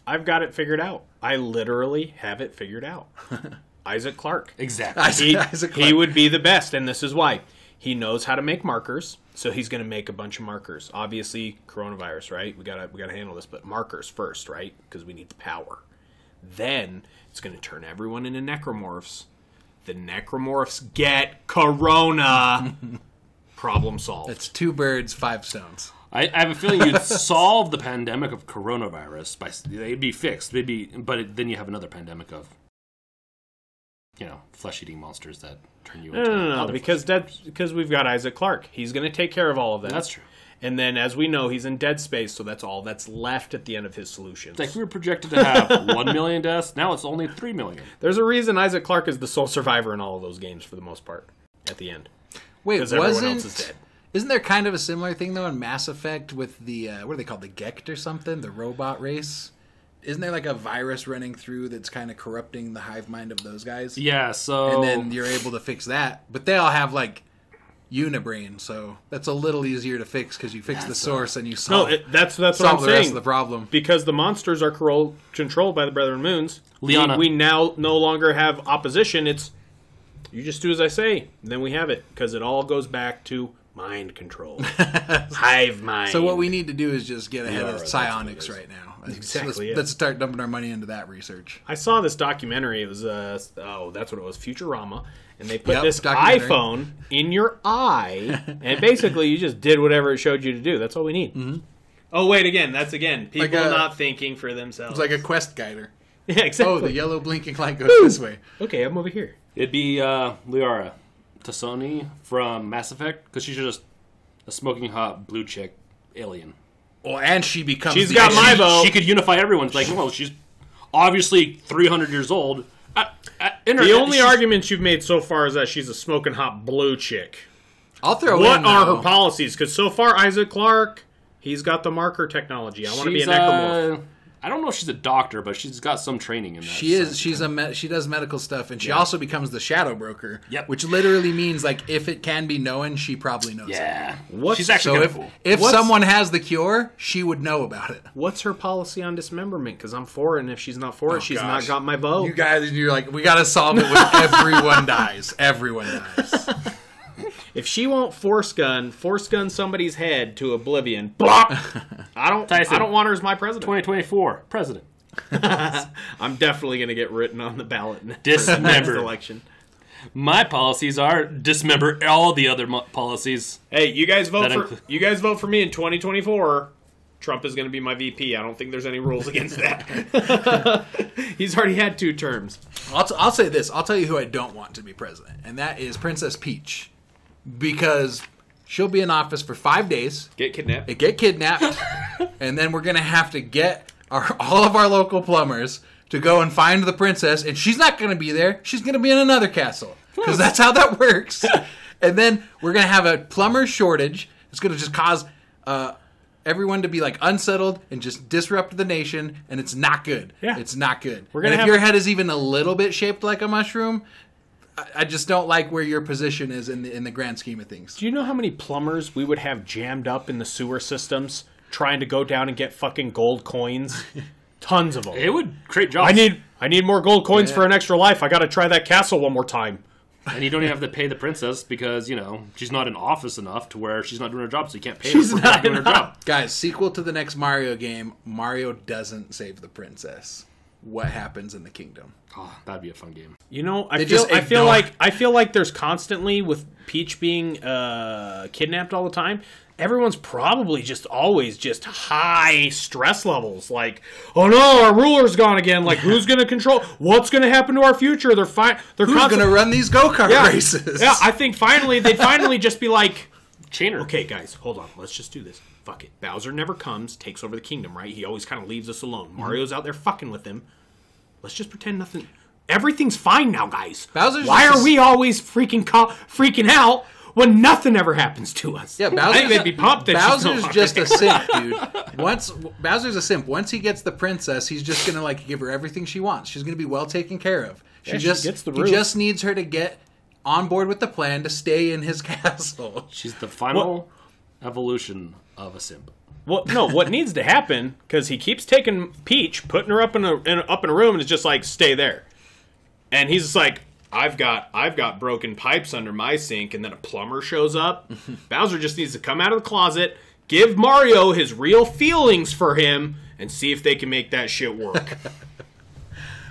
[SPEAKER 2] I've got it figured out. I literally have it figured out. Isaac Clark.
[SPEAKER 1] exactly. *laughs*
[SPEAKER 2] he,
[SPEAKER 3] Isaac
[SPEAKER 2] he
[SPEAKER 3] Clarke.
[SPEAKER 2] would be the best, and this is why. He knows how to make markers, so he's going to make a bunch of markers. Obviously, coronavirus, right? We gotta we gotta handle this, but markers first, right? Because we need the power. Then it's going to turn everyone into necromorphs. The necromorphs get
[SPEAKER 1] *laughs*
[SPEAKER 2] corona. Problem solved.
[SPEAKER 3] it's two birds, five stones.
[SPEAKER 1] I, I have a feeling
[SPEAKER 2] *laughs*
[SPEAKER 1] you'd solve the pandemic of coronavirus by s- they'd be fixed. They'd be, but it, then you have another pandemic of you know flesh-eating monsters that turn you
[SPEAKER 2] no,
[SPEAKER 1] into
[SPEAKER 2] no, no, no,
[SPEAKER 1] other
[SPEAKER 2] because that because we've got Isaac Clark. He's going to take care of all of that.
[SPEAKER 1] That's true.
[SPEAKER 2] And then, as we know, he's in dead space, so that's all that's left at the end of his solutions.
[SPEAKER 1] Like we were projected to
[SPEAKER 2] *laughs*
[SPEAKER 1] have one million deaths. Now it's only three million.
[SPEAKER 2] There's a reason Isaac Clark is the sole survivor in all of those games for the most part. At the end,
[SPEAKER 3] Wait,
[SPEAKER 2] 'Cause
[SPEAKER 3] wasn't?
[SPEAKER 2] everyone else is dead.
[SPEAKER 3] Isn't there kind of a similar thing though in Mass Effect with the uh, what are they called, the Gekt or something, the robot race? Isn't there like a virus running through that's kind of corrupting the hive mind of those guys?
[SPEAKER 1] Yeah. So
[SPEAKER 3] and then
[SPEAKER 2] Oh.
[SPEAKER 3] you're able to fix that. But they all have like unibrain, so that's a little easier to fix because you fix the source and you
[SPEAKER 2] no,
[SPEAKER 3] solve,
[SPEAKER 2] it, that's that's what I'm
[SPEAKER 3] solve the
[SPEAKER 2] saying.
[SPEAKER 3] rest of the problem.
[SPEAKER 2] Because the monsters are corro- controlled by the Brethren Moons, we,
[SPEAKER 1] Liana.
[SPEAKER 2] we now no longer have opposition. It's you just do as I say, then we have it. Because it all goes back to mind
[SPEAKER 3] *laughs*
[SPEAKER 2] control, hive mind.
[SPEAKER 3] So what we need to do is just get ahead
[SPEAKER 1] are,
[SPEAKER 3] of
[SPEAKER 1] that's
[SPEAKER 3] psionics right now. Let's- Let's,
[SPEAKER 2] Exactly it.
[SPEAKER 3] let's start dumping our money into that research.
[SPEAKER 2] I saw this documentary. It was uh oh that's what it was Futurama, and they put
[SPEAKER 3] Yep,
[SPEAKER 2] this
[SPEAKER 3] documentary.
[SPEAKER 2] iPhone in your eye, and basically you just did whatever it showed you to do. That's all we need. Oh wait, again, that's again people
[SPEAKER 3] Mm-hmm. Like a-
[SPEAKER 2] not thinking for themselves.
[SPEAKER 3] It's like a quest guider.
[SPEAKER 2] *laughs* yeah,
[SPEAKER 3] Oh, the
[SPEAKER 2] exactly.
[SPEAKER 3] yellow blinking light goes this way.
[SPEAKER 2] okay, I'm over here.
[SPEAKER 1] it'd be uh, Liara Tassoni from Mass Effect because she's just a smoking hot blue chick alien.
[SPEAKER 3] Oh, and she becomes.
[SPEAKER 2] She's
[SPEAKER 3] the
[SPEAKER 2] got
[SPEAKER 3] issue.
[SPEAKER 2] my vote.
[SPEAKER 1] She could unify everyone. It's like, well, she's obviously 300 years old. I, I, in her-
[SPEAKER 2] The only
[SPEAKER 1] she's-
[SPEAKER 2] arguments you've made so far is that she's a smoking hot blue chick.
[SPEAKER 3] I'll throw in,
[SPEAKER 2] What are
[SPEAKER 3] though,
[SPEAKER 2] her policies? Because so far Isaac Clark, he's got the marker technology. I want to be
[SPEAKER 1] she's,
[SPEAKER 2] an necromorph.
[SPEAKER 1] uh, I don't know if she's a doctor, but she's got some training in that.
[SPEAKER 3] She is.
[SPEAKER 1] sense.
[SPEAKER 3] She's a. Me- she does medical stuff, and she also becomes the shadow broker.
[SPEAKER 1] Yep.
[SPEAKER 3] Which literally means like if it can be known, she probably knows. It.
[SPEAKER 1] Yeah.
[SPEAKER 2] What-
[SPEAKER 1] She's actually
[SPEAKER 3] So
[SPEAKER 1] kind
[SPEAKER 3] if
[SPEAKER 1] of cool.
[SPEAKER 3] if
[SPEAKER 2] What's-
[SPEAKER 3] someone has the cure, she would know about it.
[SPEAKER 2] What's her policy on dismemberment? Because I'm for it, and if she's not for it, she's not
[SPEAKER 3] Oh, gosh.
[SPEAKER 2] got my vote.
[SPEAKER 3] You guys, you're like, we gotta solve *laughs* it when everyone dies. Everyone dies.
[SPEAKER 2] If she won't force gun, force gun somebody's head to oblivion. Blop. I don't.
[SPEAKER 1] Tyson.
[SPEAKER 2] I don't want her as my president.
[SPEAKER 1] 2024 president.
[SPEAKER 2] I'm definitely gonna get written on the ballot next
[SPEAKER 1] Dismembered.
[SPEAKER 2] election.
[SPEAKER 1] My policies are dismember all the other mo- policies.
[SPEAKER 2] Hey, you guys vote
[SPEAKER 1] That
[SPEAKER 2] for
[SPEAKER 1] inclu-
[SPEAKER 2] you guys vote for me in 2024. Trump is gonna be my VP. I don't think there's any rules against that.
[SPEAKER 1] *laughs*
[SPEAKER 2] *laughs* He's already had two terms.
[SPEAKER 3] I'll, t- I'll say this. I'll tell you who I don't want to be president, and that is Princess Peach, because she'll be in office for five days.
[SPEAKER 2] Get kidnapped.
[SPEAKER 3] and
[SPEAKER 2] *laughs*
[SPEAKER 3] get kidnapped, and then we're gonna have to get our all of our local plumbers to go and find the princess, and she's not gonna be there. She's gonna be in another castle
[SPEAKER 2] Hmm.
[SPEAKER 3] because that's how
[SPEAKER 2] *laughs*
[SPEAKER 3] that works. and then we're gonna have a plumber shortage. It's gonna just cause uh, everyone to be like unsettled and just disrupt the nation, and it's not good.
[SPEAKER 2] Yeah.
[SPEAKER 3] it's not good. We're
[SPEAKER 2] gonna
[SPEAKER 3] and if
[SPEAKER 2] have-
[SPEAKER 3] your head is even a little bit shaped like a mushroom. I- I just don't like where your position is in the in the grand scheme of things.
[SPEAKER 2] Do you know how many plumbers we would have jammed up in the sewer systems trying to go down and get fucking gold *laughs* coins? Tons of them.
[SPEAKER 1] It would create jobs.
[SPEAKER 2] I need I need more gold coins for an extra life. I got to try that castle one more time.
[SPEAKER 1] and you don't even have to pay the princess because you know she's not in office enough to where she's not doing her job, so you can't pay
[SPEAKER 2] *laughs*
[SPEAKER 1] her for not doing her job.
[SPEAKER 3] Guys, sequel to the next Mario game, Mario doesn't save the princess. What happens in the kingdom?
[SPEAKER 1] Oh, that'd be a fun game.
[SPEAKER 2] You know, I feel
[SPEAKER 3] just
[SPEAKER 2] I feel
[SPEAKER 3] ignore-
[SPEAKER 2] like I feel like there's constantly with Peach being uh, kidnapped all the time. everyone's probably just always just high stress levels. Like, oh no, our ruler's gone again. Like, who's going to control? What's going to happen to our future? They're fine. They're
[SPEAKER 3] Who's
[SPEAKER 2] constant-
[SPEAKER 3] gonna run these go kart *laughs*
[SPEAKER 2] Yeah.
[SPEAKER 3] races?
[SPEAKER 2] Yeah, I think finally they'd finally just be like,
[SPEAKER 1] Chainer.
[SPEAKER 2] okay, guys, hold on. Let's just do this. Fuck it. Bowser never comes, takes over the kingdom, right? He always kind of leaves us alone.
[SPEAKER 3] Mm-hmm.
[SPEAKER 2] Mario's out there fucking with him. Let's just pretend nothing. Everything's fine now, guys.
[SPEAKER 3] Bowser's
[SPEAKER 2] Why
[SPEAKER 3] just a
[SPEAKER 2] are
[SPEAKER 3] s-
[SPEAKER 2] we always freaking co- freaking out when nothing ever happens to us?
[SPEAKER 3] Yeah,
[SPEAKER 2] I think
[SPEAKER 3] Bowser's,
[SPEAKER 2] they'd be pumped. That she's
[SPEAKER 3] Bowser's
[SPEAKER 2] not-
[SPEAKER 3] just
[SPEAKER 2] *laughs*
[SPEAKER 3] a simp, dude. Once Bowser's a simp. Once he gets the princess, he's just gonna like give her everything she wants. She's gonna be well taken care of. She
[SPEAKER 2] she
[SPEAKER 3] just
[SPEAKER 2] gets the
[SPEAKER 3] he
[SPEAKER 2] roof.
[SPEAKER 3] just needs her to get on board with the plan to stay in his *laughs* castle.
[SPEAKER 1] She's the final evolution of a simp.
[SPEAKER 2] Well, no. *laughs* What needs to happen because he keeps taking Peach, putting her up in a, in a up in a room, and is just like, stay there. And he's just like, I've got I've got broken pipes under my sink, and then a plumber shows *laughs* up. Bowser just needs to come out of the closet, give Mario his real feelings for him, and see if they can make that shit work.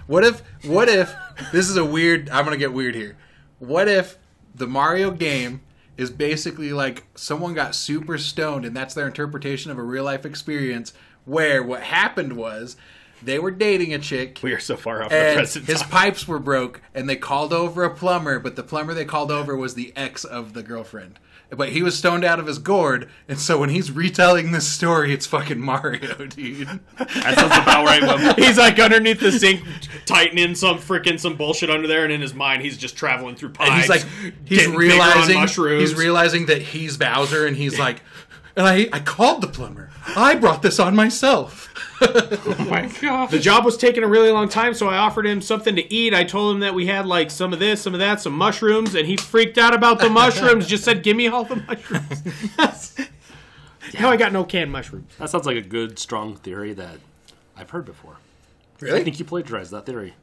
[SPEAKER 3] What if? What if? This is a weird. I'm gonna get weird here. What if the Mario game is basically like someone got super stoned, and that's their interpretation of a real life experience? Where what happened was they were dating a chick.
[SPEAKER 2] *laughs* we are so far off the
[SPEAKER 3] and
[SPEAKER 2] present.
[SPEAKER 3] his *laughs* pipes were broke, and they called over a plumber, but the plumber they called over was the ex of the girlfriend. But he was stoned out of his gourd, and so when he's retelling this story, it's fucking Mario, *laughs* dude.
[SPEAKER 2] *laughs*
[SPEAKER 1] That sounds about right. But
[SPEAKER 2] He's like underneath the sink, tightening some freaking some bullshit under there, and in his mind, he's just traveling through pipes.
[SPEAKER 3] And he's like, he's
[SPEAKER 2] getting bigger on
[SPEAKER 3] realizing,
[SPEAKER 2] mushrooms.
[SPEAKER 3] he's realizing that he's Bowser, and he's like, and I, I called the plumber. I brought this on myself.
[SPEAKER 2] Oh
[SPEAKER 1] *laughs*
[SPEAKER 2] The job was taking a really long time, so I offered him something to eat. I told him that we had like some of this, some of that, some mushrooms, and he freaked out about the mushrooms. Just said, "Give me all the mushrooms." *laughs* Now I got no canned mushrooms.
[SPEAKER 1] that sounds like a good, strong theory that I've heard before. I
[SPEAKER 3] Really?
[SPEAKER 1] think you plagiarized that theory.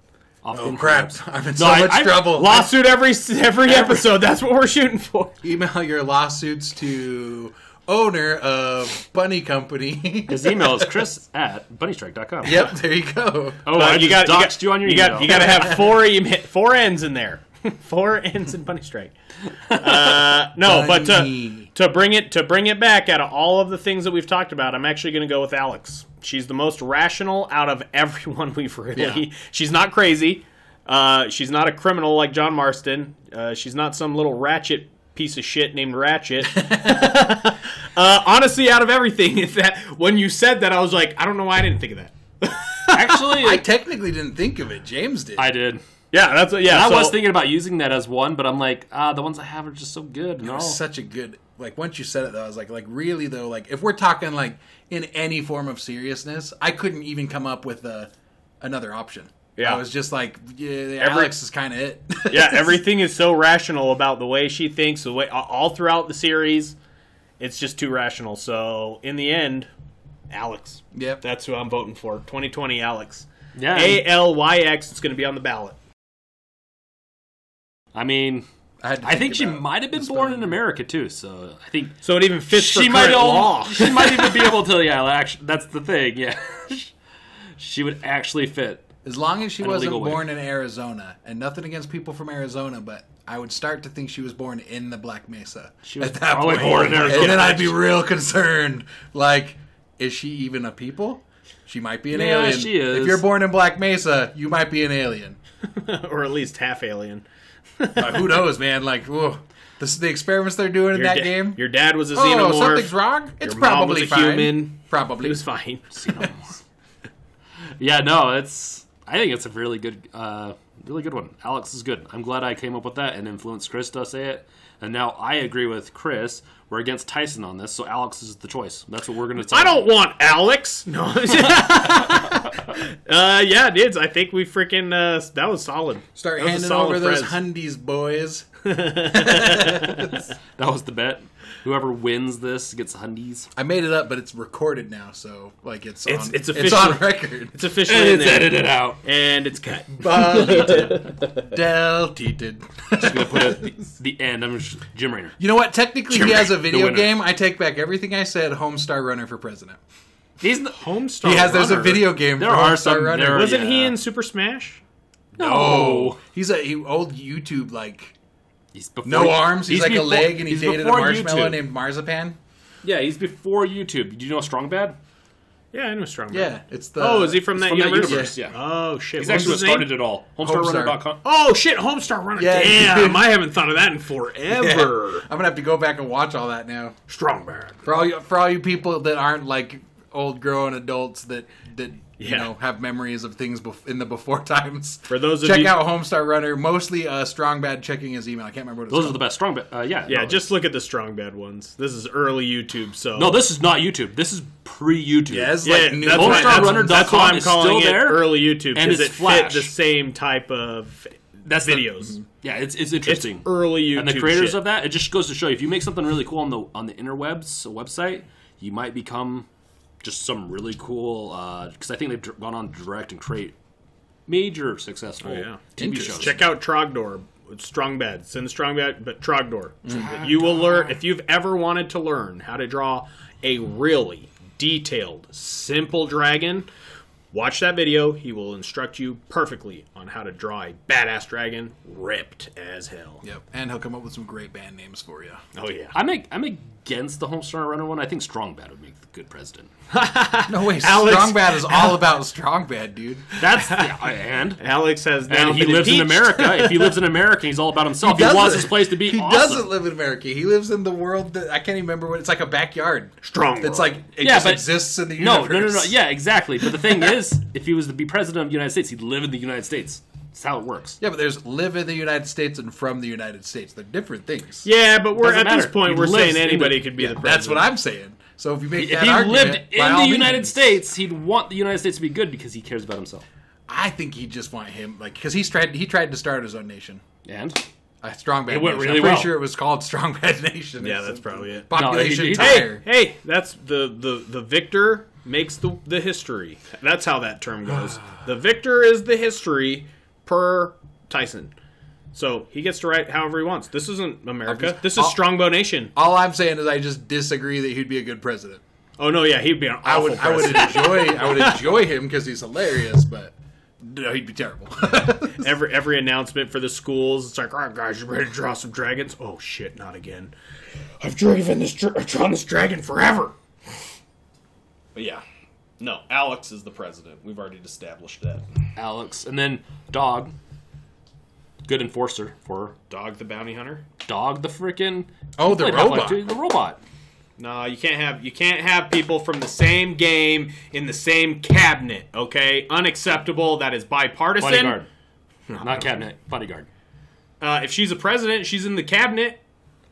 [SPEAKER 1] Off the
[SPEAKER 3] Oh
[SPEAKER 1] internet.
[SPEAKER 3] crap! I'm in so
[SPEAKER 1] I-
[SPEAKER 3] much
[SPEAKER 1] I-
[SPEAKER 3] trouble.
[SPEAKER 2] Lawsuit every every episode. That's what we're shooting for.
[SPEAKER 3] Email your lawsuits to owner of Bunny Company. *laughs*
[SPEAKER 1] His email is chris at bunnystrike.com.
[SPEAKER 3] Yep, there you go.
[SPEAKER 1] Oh, I just doxed you on your
[SPEAKER 2] you
[SPEAKER 1] email.
[SPEAKER 2] Got,
[SPEAKER 1] *laughs*
[SPEAKER 2] you got to have four em- four ends in there, *laughs* four ends in bunny strike. Uh, no, but to,
[SPEAKER 3] Bunny.
[SPEAKER 2] to bring it to bring it back out of all of the things that we've talked about, I'm actually going to go with Alex. She's the most rational out of everyone *laughs* we've really.
[SPEAKER 1] Yeah.
[SPEAKER 2] She's not crazy. Uh, she's not a criminal like John Marston. Uh, she's not some little ratchet piece of shit named Ratchet. uh, honestly, out of everything, *laughs* if that when you said that, I was like, I don't know why I didn't think of that.
[SPEAKER 1] Actually,
[SPEAKER 3] I
[SPEAKER 1] I,
[SPEAKER 3] technically didn't think of it. James did.
[SPEAKER 1] did.
[SPEAKER 2] Yeah, that's what- yeah.
[SPEAKER 1] I
[SPEAKER 2] so-
[SPEAKER 1] was thinking about using that as one, but I'm like, ah, the ones I have are just so good. No.
[SPEAKER 3] Such a good like. Once you said it, though, I was like, like really though. Like if we're talking like in any form of seriousness, I couldn't even come up with uh another option.
[SPEAKER 2] Yeah.
[SPEAKER 3] I was just like, yeah,
[SPEAKER 2] Every-
[SPEAKER 3] Alex is kind of it.
[SPEAKER 2] yeah, everything is so rational about the way she thinks, the way all throughout the series, it's just too rational. So in the end, Alex.
[SPEAKER 3] *laughs* Yep.
[SPEAKER 2] That's who I'm voting for. 2020 Alex.
[SPEAKER 1] Yeah.
[SPEAKER 2] A L Y X is going to be on the ballot.
[SPEAKER 1] I mean,
[SPEAKER 3] had to
[SPEAKER 1] I think she
[SPEAKER 3] about
[SPEAKER 1] might have been
[SPEAKER 3] the
[SPEAKER 1] born
[SPEAKER 3] spelling.
[SPEAKER 1] in America too, so I think
[SPEAKER 2] So it even fits for
[SPEAKER 1] she might
[SPEAKER 2] current
[SPEAKER 1] al- *laughs*
[SPEAKER 2] law. *laughs*
[SPEAKER 1] she might even be able to. Yeah, actually, that's the thing. Yeah, *laughs* she would actually fit.
[SPEAKER 3] As long as she wasn't
[SPEAKER 1] legal way.
[SPEAKER 3] born in Arizona, and nothing against people from Arizona, but I would start to think she was born in the Black Mesa.
[SPEAKER 1] She was probably born in Arizona.
[SPEAKER 3] And then I'd be real concerned. Like, is she even a people? She might be an
[SPEAKER 1] Yeah,
[SPEAKER 3] alien.
[SPEAKER 1] she is.
[SPEAKER 3] If you're born in Black Mesa, you might be an alien.
[SPEAKER 2] or at least half alien.
[SPEAKER 3] But
[SPEAKER 2] *laughs*
[SPEAKER 3] who knows, man? Like, whoa. This, the experiments they're doing in
[SPEAKER 2] Your
[SPEAKER 3] that
[SPEAKER 2] da-
[SPEAKER 3] game.
[SPEAKER 2] Your dad was a
[SPEAKER 3] oh,
[SPEAKER 2] xenomorph.
[SPEAKER 3] something's wrong. It's
[SPEAKER 2] Your mom was
[SPEAKER 3] probably
[SPEAKER 2] a
[SPEAKER 3] fine.
[SPEAKER 2] human.
[SPEAKER 3] Probably.
[SPEAKER 2] It was fine.
[SPEAKER 1] *laughs* yeah, no, it's. I think it's a really good, uh, really good one. Alex is good. I'm glad I came up with that and influenced Chris to say it. And now I agree with Chris. We're against Tyson on this, so Alex is the choice. That's what we're going to.
[SPEAKER 2] I don't want Alex. No. *laughs* uh, yeah, dudes. I think we freaking uh, that was solid.
[SPEAKER 3] Start
[SPEAKER 2] That was a
[SPEAKER 3] handing
[SPEAKER 2] solid
[SPEAKER 3] over those
[SPEAKER 2] prez.
[SPEAKER 3] hundies, boys.
[SPEAKER 1] That was the bet. Whoever wins this gets hundies.
[SPEAKER 3] I made it up, but it's recorded now, so like it's
[SPEAKER 2] It's-
[SPEAKER 3] on,
[SPEAKER 2] it's
[SPEAKER 3] it's on
[SPEAKER 2] official.
[SPEAKER 3] record.
[SPEAKER 2] It's officially in there.
[SPEAKER 1] out.
[SPEAKER 2] and it's cut.
[SPEAKER 3] Deleted.
[SPEAKER 1] Put it at the end. I'm just, Jim Raynor.
[SPEAKER 3] You know what? Technically, he has a video
[SPEAKER 1] winner.
[SPEAKER 3] game. I take back everything I said. Homestar Runner for president.
[SPEAKER 1] He's the,
[SPEAKER 2] Homestar.
[SPEAKER 3] He has. There's a
[SPEAKER 2] Oh, Runner.
[SPEAKER 3] video game.
[SPEAKER 1] There
[SPEAKER 3] for
[SPEAKER 1] are
[SPEAKER 3] Homestar
[SPEAKER 1] some-
[SPEAKER 3] Runner. Oh,
[SPEAKER 1] there are-
[SPEAKER 2] Wasn't he
[SPEAKER 1] Yeah.
[SPEAKER 2] in Super Smash?
[SPEAKER 1] no.
[SPEAKER 3] He's a he, old YouTube like
[SPEAKER 1] He's before,
[SPEAKER 3] no arms. He's, like
[SPEAKER 1] before-
[SPEAKER 3] a leg, and he
[SPEAKER 1] he's
[SPEAKER 3] dated a
[SPEAKER 1] before
[SPEAKER 3] marshmallow
[SPEAKER 1] YouTube.
[SPEAKER 3] named Marzipan.
[SPEAKER 1] Yeah, he's before YouTube. Do you know Strong Bad?
[SPEAKER 2] Yeah, I know Strong. Man.
[SPEAKER 3] Yeah, it's the.
[SPEAKER 2] Oh, is
[SPEAKER 3] *laughs*
[SPEAKER 2] he from that,
[SPEAKER 1] from that
[SPEAKER 2] universe?
[SPEAKER 1] universe, yeah.
[SPEAKER 2] Oh shit.
[SPEAKER 1] He's
[SPEAKER 2] what was
[SPEAKER 1] actually what
[SPEAKER 2] his name?
[SPEAKER 1] started it all. HomestarRunner.com.
[SPEAKER 2] Oh shit, Homestar Runner.
[SPEAKER 3] Yeah. *laughs*
[SPEAKER 2] Damn, I haven't thought of that in forever.
[SPEAKER 3] I'm gonna have to go back and watch all that now.
[SPEAKER 2] Strong man.
[SPEAKER 3] For all you, for all you people that aren't like old grown adults that that you
[SPEAKER 2] Yeah.
[SPEAKER 3] know have memories of things bef- in the before *laughs* times.
[SPEAKER 2] For those of
[SPEAKER 3] check
[SPEAKER 2] you-
[SPEAKER 3] out Homestar Runner, mostly uh, Strong Bad checking his email. I can't remember what it's
[SPEAKER 1] Those are
[SPEAKER 3] called.
[SPEAKER 1] the best. Strong Bad. Uh, yeah.
[SPEAKER 2] Yeah,
[SPEAKER 1] no.
[SPEAKER 2] just look at the Strong Bad ones. This is early YouTube, so
[SPEAKER 1] No, this is not YouTube. This is pre YouTube.
[SPEAKER 3] yeah, it's
[SPEAKER 2] yeah,
[SPEAKER 3] like new.
[SPEAKER 2] that's, why,
[SPEAKER 1] Homestar
[SPEAKER 2] that's,
[SPEAKER 1] Runner
[SPEAKER 2] that's
[SPEAKER 1] dot
[SPEAKER 2] why
[SPEAKER 1] com
[SPEAKER 2] I'm
[SPEAKER 1] is still
[SPEAKER 2] calling it
[SPEAKER 1] there,
[SPEAKER 2] early YouTube
[SPEAKER 1] and
[SPEAKER 2] because
[SPEAKER 1] it's
[SPEAKER 2] it fit
[SPEAKER 1] Flash.
[SPEAKER 2] the same type of
[SPEAKER 1] That's the-
[SPEAKER 2] videos.
[SPEAKER 1] yeah, it's, it's
[SPEAKER 2] it's
[SPEAKER 1] interesting.
[SPEAKER 2] early YouTube.
[SPEAKER 1] and the creators
[SPEAKER 2] shit.
[SPEAKER 1] of that, it just goes to show you if you make something really cool on the on the interwebs, a website, you might become just some really cool. Because I think they've dr- gone on to direct and create major successful
[SPEAKER 2] Oh, yeah.
[SPEAKER 1] TV shows.
[SPEAKER 2] Check out Trogdor. It's Strong Bad. It's in the Strong Bad, but Trogdor. You will learn if you've ever wanted to learn how to draw a really detailed, simple dragon. Watch that video. He will instruct you perfectly on how to draw a badass dragon, ripped as hell.
[SPEAKER 3] Yep, and he'll come up with some great band names for you.
[SPEAKER 2] Oh yeah.
[SPEAKER 1] I'm ag- I'm against the Homestar Runner one. I think Strong Bad would make the good president.
[SPEAKER 3] *laughs* No way,
[SPEAKER 2] Alex-
[SPEAKER 3] Strong Bad is all about Strong Bad, dude.
[SPEAKER 1] That's yeah, and.
[SPEAKER 2] Alex has now
[SPEAKER 1] And he
[SPEAKER 2] been
[SPEAKER 1] lives in
[SPEAKER 2] impeached.
[SPEAKER 1] America. If he lives in America, he's all about himself. He, wants his place to be
[SPEAKER 3] He
[SPEAKER 1] awesome.
[SPEAKER 3] doesn't live in America. He lives in the world that I can't even remember what it's like a backyard.
[SPEAKER 2] Strong. world.
[SPEAKER 3] It's like it
[SPEAKER 1] Yeah,
[SPEAKER 3] just
[SPEAKER 1] but-
[SPEAKER 3] exists in the
[SPEAKER 1] No,
[SPEAKER 3] universe.
[SPEAKER 1] no, no, no. Yeah, exactly. But the thing is, if he was to be president of the United States, he'd live in the United States. That's how it works.
[SPEAKER 3] Yeah, but there's live in the United States and from the United States. They're different things.
[SPEAKER 2] yeah, but we're
[SPEAKER 1] Doesn't
[SPEAKER 2] at this
[SPEAKER 1] matter.
[SPEAKER 2] point
[SPEAKER 1] He
[SPEAKER 2] we're
[SPEAKER 1] lives
[SPEAKER 2] saying
[SPEAKER 1] in
[SPEAKER 2] anybody
[SPEAKER 1] the-
[SPEAKER 2] could be the president.
[SPEAKER 3] That's what I'm saying. So if you make
[SPEAKER 1] If
[SPEAKER 3] that
[SPEAKER 1] he
[SPEAKER 3] argument,
[SPEAKER 1] lived
[SPEAKER 3] by
[SPEAKER 1] in
[SPEAKER 3] all
[SPEAKER 1] the
[SPEAKER 3] means.
[SPEAKER 1] United States, he'd want the United States to be good because he cares about himself.
[SPEAKER 3] I think he just want him like because he's tried he tried to start his own nation.
[SPEAKER 1] And
[SPEAKER 3] A strong bad
[SPEAKER 1] It went
[SPEAKER 3] nation.
[SPEAKER 1] really
[SPEAKER 3] I'm pretty
[SPEAKER 1] well.
[SPEAKER 3] sure it was called Strong *laughs* Bad Nation.
[SPEAKER 2] Yeah,
[SPEAKER 3] It's
[SPEAKER 2] that's
[SPEAKER 3] a
[SPEAKER 2] probably it.
[SPEAKER 1] No,
[SPEAKER 3] Population
[SPEAKER 1] he- he-
[SPEAKER 3] tire.
[SPEAKER 2] Hey, hey, that's the the the victor makes the the history. That's how that term goes. *sighs* the victor is the history per Tyson. So he gets to write however he wants. This isn't America.
[SPEAKER 3] Obvious-
[SPEAKER 2] This is
[SPEAKER 3] I'll-
[SPEAKER 2] Strongbow Nation.
[SPEAKER 3] All I'm saying is I just disagree that he'd be a good president.
[SPEAKER 2] Oh no, yeah, he'd be an awful
[SPEAKER 3] I would I would
[SPEAKER 2] president. *laughs*
[SPEAKER 3] enjoy I would enjoy him because he's hilarious, but no, he'd be terrible. *laughs*
[SPEAKER 2] every every announcement for the schools, it's like, all right, guys, you ready to draw some dragons? Oh shit, not again. I've driven this, dra- I've drawn this dragon forever. But yeah, no, Alex is the president. We've already established that.
[SPEAKER 1] Alex, and then Dog, good enforcer for
[SPEAKER 2] Dog the bounty hunter.
[SPEAKER 1] Dog, the freaking
[SPEAKER 3] oh, the robot.
[SPEAKER 1] the robot.
[SPEAKER 2] No, you can't have you can't have people from the same game in the same cabinet. Okay, unacceptable. That is bipartisan.
[SPEAKER 1] Bodyguard, not cabinet. Bodyguard.
[SPEAKER 2] Uh, if she's a president, she's in the cabinet,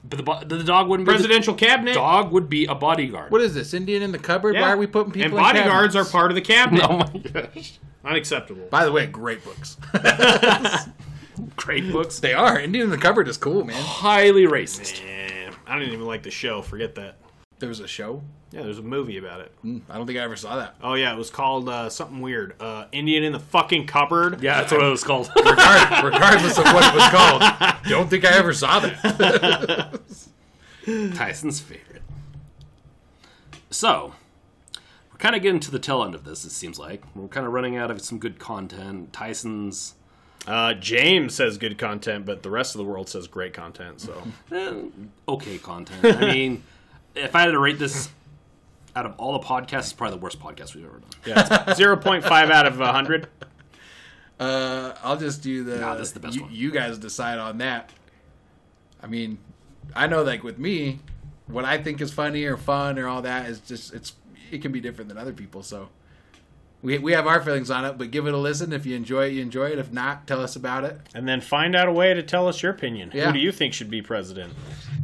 [SPEAKER 1] But the, bo- the dog wouldn't
[SPEAKER 2] presidential
[SPEAKER 1] be
[SPEAKER 2] cabinet.
[SPEAKER 1] the dog would be a bodyguard.
[SPEAKER 3] What is this? Indian in the cupboard?
[SPEAKER 2] Yeah.
[SPEAKER 3] Why are we putting people
[SPEAKER 2] and
[SPEAKER 3] in
[SPEAKER 2] bodyguards are
[SPEAKER 3] cabinets?
[SPEAKER 2] part of the cabinet.
[SPEAKER 1] Oh my gosh!
[SPEAKER 2] Unacceptable.
[SPEAKER 3] By the way, great books.
[SPEAKER 1] *laughs* Great books.
[SPEAKER 3] they are. Indian in the cupboard is cool, man.
[SPEAKER 1] Highly racist.
[SPEAKER 2] Eh, I didn't even like the show. Forget that.
[SPEAKER 3] There was a show.
[SPEAKER 2] Yeah, there's a movie about it.
[SPEAKER 3] Mm, I don't think I ever saw that.
[SPEAKER 2] Oh yeah, it was called uh, something weird. Uh, Indian in the fucking cupboard.
[SPEAKER 1] Yeah, that's what it was *laughs* called.
[SPEAKER 3] Regard- *laughs* regardless of what it was called. Don't think I ever saw that. *laughs*
[SPEAKER 1] Tyson's favorite. So, we're kind of getting to the tail end of this, it seems like. We're kind of running out of some good content. Tyson's.
[SPEAKER 2] Uh, James says good content, but the rest of the world says great content. So *laughs*
[SPEAKER 1] eh, okay content. I mean, if I had to rate this out of all the podcasts, it's probably the worst podcast we've ever done.
[SPEAKER 2] zero point five out of hundred.
[SPEAKER 3] Uh, I'll just do the.
[SPEAKER 1] Nah, that's the best
[SPEAKER 3] you,
[SPEAKER 1] one.
[SPEAKER 3] you guys decide on that. I mean, I know, like with me, what I think is funny or fun or all that is just it's it can be different than other people. So we we have our feelings on it, but give it a listen. If you enjoy it, you enjoy it. If not, tell us about it.
[SPEAKER 2] And then find out a way to tell us your opinion.
[SPEAKER 3] Yeah.
[SPEAKER 2] Who do you think should be president?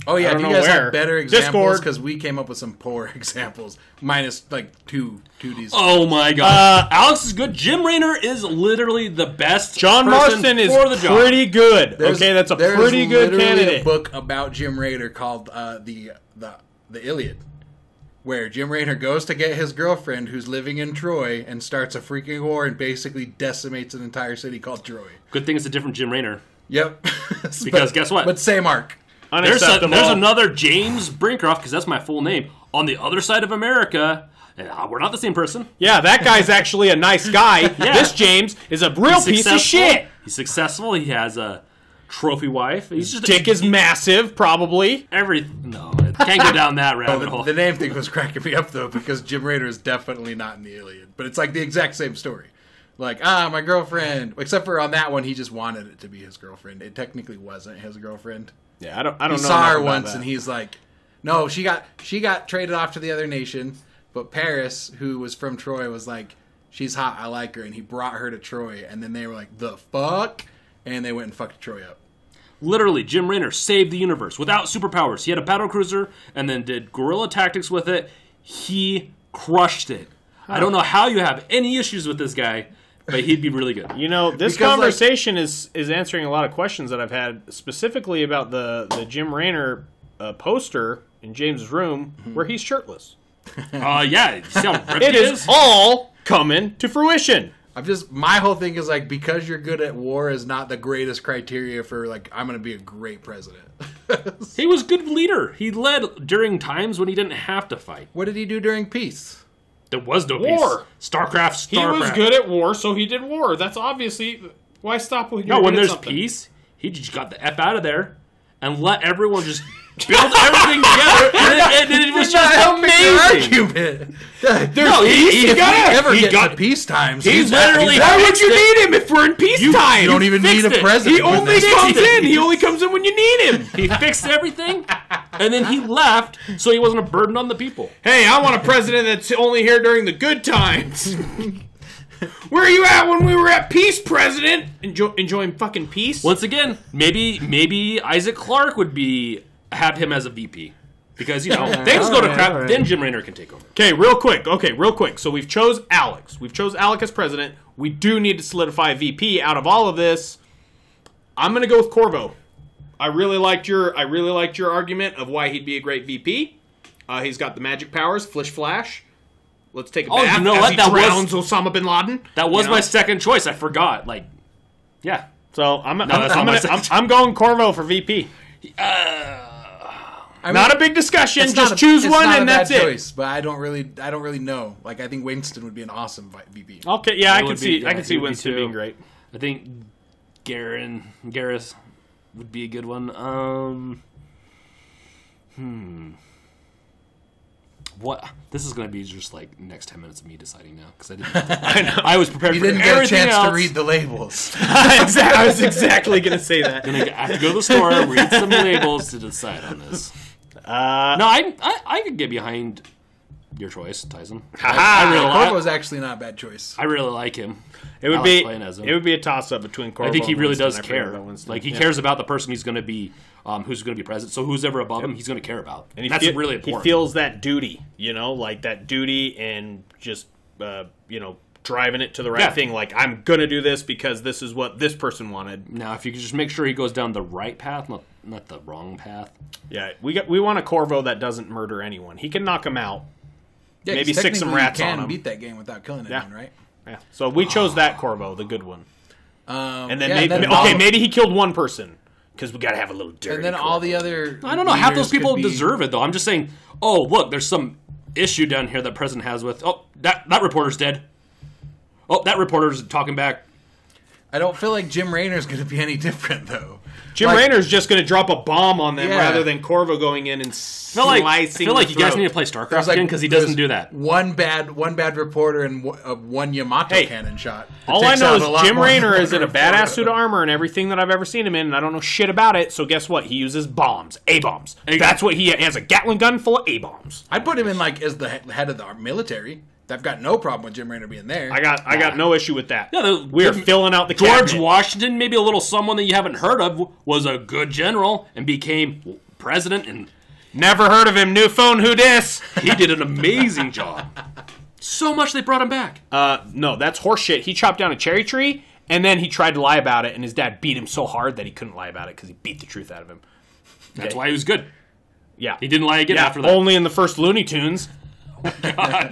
[SPEAKER 3] Oh yeah,
[SPEAKER 2] I
[SPEAKER 3] if
[SPEAKER 2] don't
[SPEAKER 3] you
[SPEAKER 2] know
[SPEAKER 3] guys
[SPEAKER 2] where.
[SPEAKER 3] have better examples
[SPEAKER 2] Discord.
[SPEAKER 3] because we came up with some poor *laughs* examples, minus like two two D's.
[SPEAKER 1] Oh my god. Alex is good. Jim Raynor is literally the best.
[SPEAKER 2] John
[SPEAKER 1] person
[SPEAKER 2] Marston is
[SPEAKER 1] for the job.
[SPEAKER 2] pretty good.
[SPEAKER 3] There's-
[SPEAKER 2] okay, that's a
[SPEAKER 3] there's
[SPEAKER 2] pretty good
[SPEAKER 3] literally A
[SPEAKER 2] candidate.
[SPEAKER 3] book about Jim Raynor called uh, the the the Iliad, where Jim Raynor goes to get his girlfriend who's living in Troy and starts a freaking war and basically decimates an entire city called Troy.
[SPEAKER 1] Good thing it's a different Jim Raynor.
[SPEAKER 3] Yep. *laughs* because
[SPEAKER 1] guess what?
[SPEAKER 3] But same arc.
[SPEAKER 1] There's, a,
[SPEAKER 2] Unacceptable.
[SPEAKER 1] there's another James Brinkroff, because that's my full name, on the other side of America. And, uh, we're not the same person.
[SPEAKER 2] Yeah, that guy's actually a nice guy. *laughs* This James is a real piece
[SPEAKER 1] successful.
[SPEAKER 2] of shit.
[SPEAKER 1] He's successful. He has a trophy wife. He's just
[SPEAKER 2] Dick is massive, probably.
[SPEAKER 1] every no.
[SPEAKER 5] good.
[SPEAKER 1] Can't
[SPEAKER 2] *laughs*
[SPEAKER 1] go down that rabbit
[SPEAKER 2] Oh,
[SPEAKER 3] The,
[SPEAKER 1] hole.
[SPEAKER 3] the name thing was cracking me up though because Jim Rayner is definitely not in the Alien, but it's like the exact same story. Like ah, my girlfriend. Except for on that one, he just wanted it to be his girlfriend. It technically wasn't his girlfriend.
[SPEAKER 2] Yeah, I don't. I don't
[SPEAKER 3] He
[SPEAKER 2] know.
[SPEAKER 3] saw
[SPEAKER 2] enough
[SPEAKER 3] her
[SPEAKER 2] about
[SPEAKER 3] once,
[SPEAKER 2] that.
[SPEAKER 3] and he's like, "No, she got she got traded off to the other nation." But Paris, who was from Troy, was like, "She's hot. I like her," and he brought her to Troy, and then they were like, "The fuck," and they went and fucked Troy up.
[SPEAKER 1] Literally, Jim Raynor saved the universe without superpowers. He had a battle cruiser and then did guerrilla tactics with it. He crushed it. I don't know how you have any issues with this guy, but he'd be really good.
[SPEAKER 2] You know, this
[SPEAKER 3] Because, like-
[SPEAKER 2] conversation is is answering a lot of questions that I've had specifically about the the Jim Raynor uh, poster in James's room
[SPEAKER 3] Mm-hmm.
[SPEAKER 2] where he's shirtless.
[SPEAKER 1] Uh, yeah, you
[SPEAKER 2] *laughs*
[SPEAKER 1] see how ripped
[SPEAKER 2] It
[SPEAKER 1] he
[SPEAKER 2] is all coming to fruition.
[SPEAKER 3] I'm just my whole thing is like because you're good at war is not the greatest criteria for like I'm gonna be a great president. *laughs*
[SPEAKER 1] He was a good leader. He led during times when he didn't have to fight.
[SPEAKER 3] what did he do during peace?
[SPEAKER 1] There was no
[SPEAKER 2] War.
[SPEAKER 1] peace. Starcraft, Starcraft.
[SPEAKER 2] He was good at war, so he did war. That's obviously why stop when you're
[SPEAKER 1] No, Oh, when
[SPEAKER 2] good at
[SPEAKER 1] there's
[SPEAKER 2] something?
[SPEAKER 1] peace, he just got the f out of there and let everyone just build everything together. And it, and it was just amazing.
[SPEAKER 3] Argument. There's
[SPEAKER 1] No, he, he,
[SPEAKER 3] if
[SPEAKER 1] got
[SPEAKER 3] we
[SPEAKER 1] it.
[SPEAKER 3] ever
[SPEAKER 1] he
[SPEAKER 3] get
[SPEAKER 1] got
[SPEAKER 3] to peace times.
[SPEAKER 1] He's literally.
[SPEAKER 2] Why would
[SPEAKER 1] fixed
[SPEAKER 2] you
[SPEAKER 1] it.
[SPEAKER 2] need him if we're in peacetime?
[SPEAKER 3] You don't even need
[SPEAKER 1] fixed
[SPEAKER 3] a
[SPEAKER 1] it.
[SPEAKER 3] president.
[SPEAKER 2] He
[SPEAKER 3] when
[SPEAKER 2] only
[SPEAKER 3] they-
[SPEAKER 2] comes in. He only comes in when you need him.
[SPEAKER 1] He fixed everything, and then he left, so he wasn't a burden on the people.
[SPEAKER 2] *laughs* Hey, I want a president that's only here during the good times. *laughs* Where are you at when we were at peace, president? Enjoy, enjoying fucking peace.
[SPEAKER 1] Once again, maybe maybe Isaac Clark would be have him as a VP because you know things go to
[SPEAKER 3] alright,
[SPEAKER 1] crap.
[SPEAKER 3] alright.
[SPEAKER 1] Then Jim Raynor can take over.
[SPEAKER 2] Okay, real quick. Okay, real quick. So we've chose Alex. We've chose Alec as president. We do need to solidify a VP out of all of this. I'm gonna go with Corvo. I really liked your I really liked your argument of why he'd be a great VP. Uh, he's got the magic powers, flish flash. Let's take a
[SPEAKER 1] Oh,
[SPEAKER 2] bath
[SPEAKER 1] you know
[SPEAKER 2] as
[SPEAKER 1] what?
[SPEAKER 2] he
[SPEAKER 1] That was-
[SPEAKER 2] drowns Osama bin Laden.
[SPEAKER 1] That was
[SPEAKER 2] You know?
[SPEAKER 1] my second choice. I forgot. Like, yeah.
[SPEAKER 2] So I'm, I'm,
[SPEAKER 1] that's
[SPEAKER 2] I'm,
[SPEAKER 1] not my
[SPEAKER 2] gonna, I'm,
[SPEAKER 1] second.
[SPEAKER 2] I'm going Corvo for VP.
[SPEAKER 3] I mean,
[SPEAKER 2] Not a big discussion.
[SPEAKER 3] it's
[SPEAKER 2] Just
[SPEAKER 3] not a-
[SPEAKER 2] choose
[SPEAKER 3] it's
[SPEAKER 2] one
[SPEAKER 3] not a
[SPEAKER 2] and
[SPEAKER 3] bad
[SPEAKER 2] that's it.
[SPEAKER 3] Choice, but I don't really, I don't really know. Like I think Winston would be an awesome vi- VP.
[SPEAKER 2] Okay, yeah, I
[SPEAKER 1] would
[SPEAKER 2] can
[SPEAKER 1] be-
[SPEAKER 2] see
[SPEAKER 1] yeah,
[SPEAKER 2] I can
[SPEAKER 1] he
[SPEAKER 2] see
[SPEAKER 1] would be
[SPEAKER 2] Winston
[SPEAKER 1] too.
[SPEAKER 2] being great.
[SPEAKER 1] I think Garen Garrus would be a good one. Um, hmm. What? This is going to be just like next ten minutes of me deciding now because I
[SPEAKER 2] *laughs*
[SPEAKER 1] didn't. I, was prepared
[SPEAKER 3] You
[SPEAKER 1] for
[SPEAKER 3] didn't get a
[SPEAKER 1] everything
[SPEAKER 3] chance
[SPEAKER 1] else.
[SPEAKER 3] to read the *laughs* labels.
[SPEAKER 2] *laughs* exactly, I was exactly gonna say that.
[SPEAKER 1] Gonna go- I have to go to the store, read some labels to decide on this. Uh, no, I, I I could get behind your choice, Tyson.
[SPEAKER 2] *laughs*
[SPEAKER 1] I, I really,
[SPEAKER 3] Corvo's
[SPEAKER 1] I,
[SPEAKER 3] actually not a bad choice.
[SPEAKER 1] I really like him.
[SPEAKER 2] It would
[SPEAKER 1] Alex
[SPEAKER 2] be
[SPEAKER 1] playing as him.
[SPEAKER 2] it would be a toss up between Corvo.
[SPEAKER 1] I think he
[SPEAKER 2] and
[SPEAKER 1] really
[SPEAKER 2] Winston.
[SPEAKER 1] does
[SPEAKER 2] I forget
[SPEAKER 1] care.
[SPEAKER 2] about Winston.
[SPEAKER 1] Like he
[SPEAKER 2] Yeah.
[SPEAKER 1] cares about the person he's going to be, um, who's going to be president. So who's ever above him, he's going to care about.
[SPEAKER 2] And he
[SPEAKER 1] That's
[SPEAKER 2] feel-
[SPEAKER 1] really
[SPEAKER 2] He
[SPEAKER 1] important.
[SPEAKER 2] feels that duty, you know, like that duty and just uh, you know driving it to the right
[SPEAKER 1] Yeah.
[SPEAKER 2] thing. Like I'm gonna do this because this is what this person wanted.
[SPEAKER 1] now, if you could just make sure he goes down the right path, not not the wrong path.
[SPEAKER 2] Yeah, we got we want a Corvo that doesn't murder anyone. He can knock him out.
[SPEAKER 3] Yeah, 'cause
[SPEAKER 2] Maybe stick some
[SPEAKER 3] technically
[SPEAKER 2] rats
[SPEAKER 3] you
[SPEAKER 2] on
[SPEAKER 3] can
[SPEAKER 2] him.
[SPEAKER 3] beat that game without killing anyone, right?
[SPEAKER 2] Yeah. So we chose that Corvo, the good one.
[SPEAKER 3] Um,
[SPEAKER 2] And then
[SPEAKER 3] yeah,
[SPEAKER 2] maybe
[SPEAKER 3] all-
[SPEAKER 2] okay, maybe he killed one person because we gotta have a little dirty.
[SPEAKER 3] And then all the other.
[SPEAKER 1] I don't know. Half those
[SPEAKER 3] leaders could
[SPEAKER 1] people
[SPEAKER 3] be-
[SPEAKER 1] deserve it, though. I'm just saying. Oh, look, there's some issue down here that president has with. Oh, that that reporter's dead. Oh, that reporter's talking back.
[SPEAKER 3] I don't feel like Jim Raynor's going to be any different though.
[SPEAKER 2] Jim
[SPEAKER 3] like-
[SPEAKER 2] Raynor's just gonna drop a bomb on them
[SPEAKER 3] Yeah.
[SPEAKER 2] rather than Corvo going in and
[SPEAKER 1] I feel like, I
[SPEAKER 2] slicing.
[SPEAKER 1] feel like
[SPEAKER 2] the
[SPEAKER 1] you guys
[SPEAKER 2] throat.
[SPEAKER 1] need to play StarCraft
[SPEAKER 3] There's, like,
[SPEAKER 1] again because he doesn't
[SPEAKER 3] there's
[SPEAKER 1] do that.
[SPEAKER 3] One bad, one bad reporter and one, uh, one Yamato
[SPEAKER 2] Hey,
[SPEAKER 3] cannon shot. It
[SPEAKER 2] All I
[SPEAKER 3] takes
[SPEAKER 2] know
[SPEAKER 3] out a
[SPEAKER 2] is
[SPEAKER 3] lot
[SPEAKER 2] Jim
[SPEAKER 3] more than *laughs*
[SPEAKER 2] Raynor
[SPEAKER 3] one
[SPEAKER 2] is in a
[SPEAKER 3] reporter.
[SPEAKER 2] badass suit of armor and everything that I've ever seen him in, and I don't know shit about it. So guess what? He uses bombs, a bombs. That's what he, he has a Gatling gun full of a bombs.
[SPEAKER 3] I'd put him in like as the he- head of the ar- military. I've got no problem with Jim Raynor being there.
[SPEAKER 2] I got I got no issue with that.
[SPEAKER 1] the-
[SPEAKER 2] we are
[SPEAKER 1] Jim-
[SPEAKER 2] filling out the
[SPEAKER 1] George
[SPEAKER 2] cabinet.
[SPEAKER 1] Washington, maybe a little someone that you haven't heard of, was a good general and became president, and
[SPEAKER 2] Never heard of him. New phone. Who dis? *laughs*
[SPEAKER 1] he did an amazing job. So much they brought him back.
[SPEAKER 2] Uh, no, that's horseshit. He chopped down a cherry tree and then he tried to lie about it, and his dad beat him so hard that he couldn't lie about it because he beat the truth out of him.
[SPEAKER 1] That's why he was good.
[SPEAKER 2] Yeah,
[SPEAKER 1] He didn't lie again
[SPEAKER 2] Yeah,
[SPEAKER 1] after that.
[SPEAKER 2] only in the first Looney *laughs* Tunes. Oh,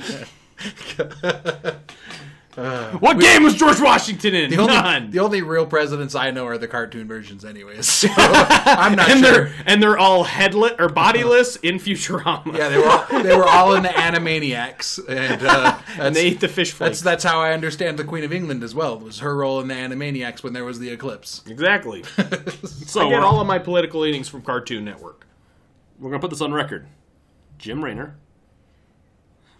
[SPEAKER 2] *laughs* what game was George Washington in?
[SPEAKER 3] The only,
[SPEAKER 2] None.
[SPEAKER 3] the only real presidents I know are the cartoon versions,
[SPEAKER 2] *laughs*
[SPEAKER 3] anyways. *laughs* So I'm not
[SPEAKER 2] and
[SPEAKER 3] sure.
[SPEAKER 2] they're and they're all headless or bodiless in Futurama.
[SPEAKER 3] Yeah, they were all, they were all in the Animaniacs, and uh,
[SPEAKER 2] *laughs* and they eat the fish
[SPEAKER 3] that's
[SPEAKER 2] flakes.
[SPEAKER 3] that's how I understand the Queen of England as well. Was her role in the Animaniacs when there was the eclipse? *laughs*
[SPEAKER 2] exactly.
[SPEAKER 1] so
[SPEAKER 2] I get
[SPEAKER 1] we're-
[SPEAKER 2] all of my political leanings from Cartoon Network.
[SPEAKER 1] We're gonna put this on record. Jim Raynor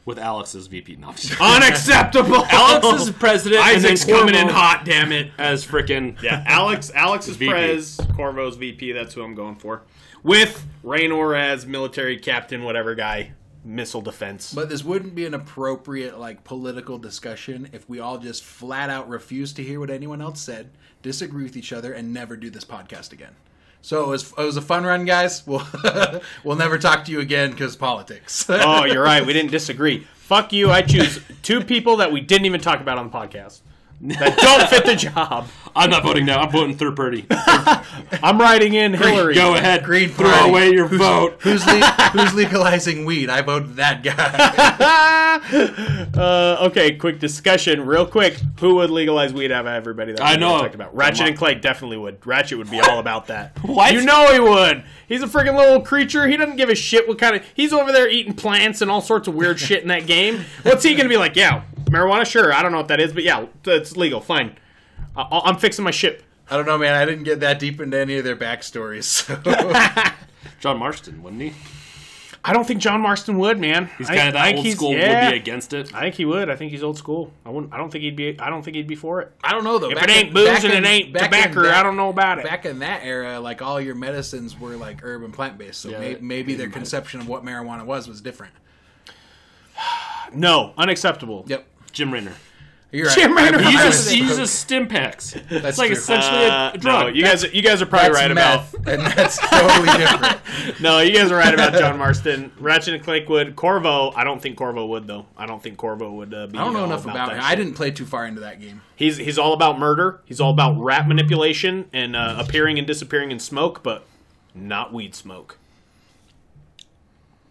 [SPEAKER 1] with Alex as VP. No, I'm
[SPEAKER 2] Uh,
[SPEAKER 1] just-
[SPEAKER 3] *laughs*
[SPEAKER 2] Unacceptable.
[SPEAKER 1] Alex is president. and then
[SPEAKER 2] Isaac's coming in
[SPEAKER 1] Cuomo
[SPEAKER 2] hot. Damn it.
[SPEAKER 1] as freaking
[SPEAKER 2] Yeah, *laughs* Alex. Alex is
[SPEAKER 1] VP.
[SPEAKER 2] Prez. Corvo's VP. That's who I'm going for. With Raynor as military captain, whatever guy, missile defense.
[SPEAKER 3] But this wouldn't be an appropriate like political discussion if we all just flat out refused to hear what anyone else said, disagree with each other, and never do this podcast again. So it was, it was a fun run, guys. We'll *laughs* we'll never talk to you again because politics. *laughs*
[SPEAKER 2] oh, you're right. We didn't disagree. Fuck you. I choose two people that we didn't even talk about on the podcast that don't fit the job.
[SPEAKER 1] I'm not voting now. I'm voting third party.
[SPEAKER 2] I'm writing in Hillary.
[SPEAKER 1] Go ahead.
[SPEAKER 3] Green
[SPEAKER 1] Throw
[SPEAKER 3] party.
[SPEAKER 1] away your vote.
[SPEAKER 3] who's le- who's legalizing weed? I voted that guy. *laughs*
[SPEAKER 2] uh, okay, quick discussion, real quick. Who would legalize weed out of everybody that
[SPEAKER 1] I
[SPEAKER 2] we
[SPEAKER 1] know.
[SPEAKER 2] talked about? Ratchet
[SPEAKER 1] Come on.
[SPEAKER 2] and Clank definitely would. Ratchet would be all about that.
[SPEAKER 1] *laughs* What?
[SPEAKER 2] You know he would. He's a freaking little creature. He doesn't give a shit what kind of. He's over there eating plants and all sorts of weird shit in that game. What's he gonna be like? Yeah, marijuana. Sure, I don't know what that is, but yeah, it's legal. Fine. I- I'll- I'm fixing my ship.
[SPEAKER 3] I don't know, man. I didn't get that deep into any of their backstories. So.
[SPEAKER 1] John Marston, wouldn't he?
[SPEAKER 2] I don't think John Marston would, man.
[SPEAKER 1] He's
[SPEAKER 2] I-
[SPEAKER 1] kind of that
[SPEAKER 2] I think
[SPEAKER 1] old
[SPEAKER 2] he's-
[SPEAKER 1] school.
[SPEAKER 2] yeah.
[SPEAKER 1] Would be against it.
[SPEAKER 2] I think he would. I think he's old school. I wouldn't. I don't think he'd be. I don't think he'd be for it.
[SPEAKER 3] *laughs* I don't know though.
[SPEAKER 2] If
[SPEAKER 3] Back
[SPEAKER 2] it ain't
[SPEAKER 3] in-
[SPEAKER 2] booze
[SPEAKER 3] back
[SPEAKER 2] and
[SPEAKER 3] in-
[SPEAKER 2] it ain't
[SPEAKER 3] back in
[SPEAKER 2] tobacco,
[SPEAKER 3] that-
[SPEAKER 2] I don't know about it.
[SPEAKER 3] Back in that era, like all your medicines were like herb and plant based, so may- maybe their conception of what marijuana was was different.
[SPEAKER 2] No, unacceptable.
[SPEAKER 3] Yep,
[SPEAKER 1] Jim Raynor.
[SPEAKER 3] *laughs* you're right.
[SPEAKER 2] Jim Raynor
[SPEAKER 3] I- I-
[SPEAKER 1] He's a,
[SPEAKER 3] I-
[SPEAKER 1] he's a Stimpax. It's like
[SPEAKER 3] true.
[SPEAKER 1] essentially
[SPEAKER 2] Uh,
[SPEAKER 1] a drug.
[SPEAKER 2] no, you guys, you guys are probably
[SPEAKER 3] that's
[SPEAKER 2] right
[SPEAKER 3] meth, and that's totally *laughs* different.
[SPEAKER 2] about. No, you guys are right about
[SPEAKER 3] *laughs*
[SPEAKER 2] John Marston, Ratchet and Clank would. Corvo, I don't think Corvo would though. I don't think Corvo would. Uh, be
[SPEAKER 3] I don't know
[SPEAKER 2] all
[SPEAKER 3] enough about
[SPEAKER 2] that
[SPEAKER 3] it.
[SPEAKER 2] shit.
[SPEAKER 3] I didn't play too far into that game.
[SPEAKER 2] He's he's all about murder. He's all about rat manipulation and uh, appearing and disappearing in smoke, but not weed smoke.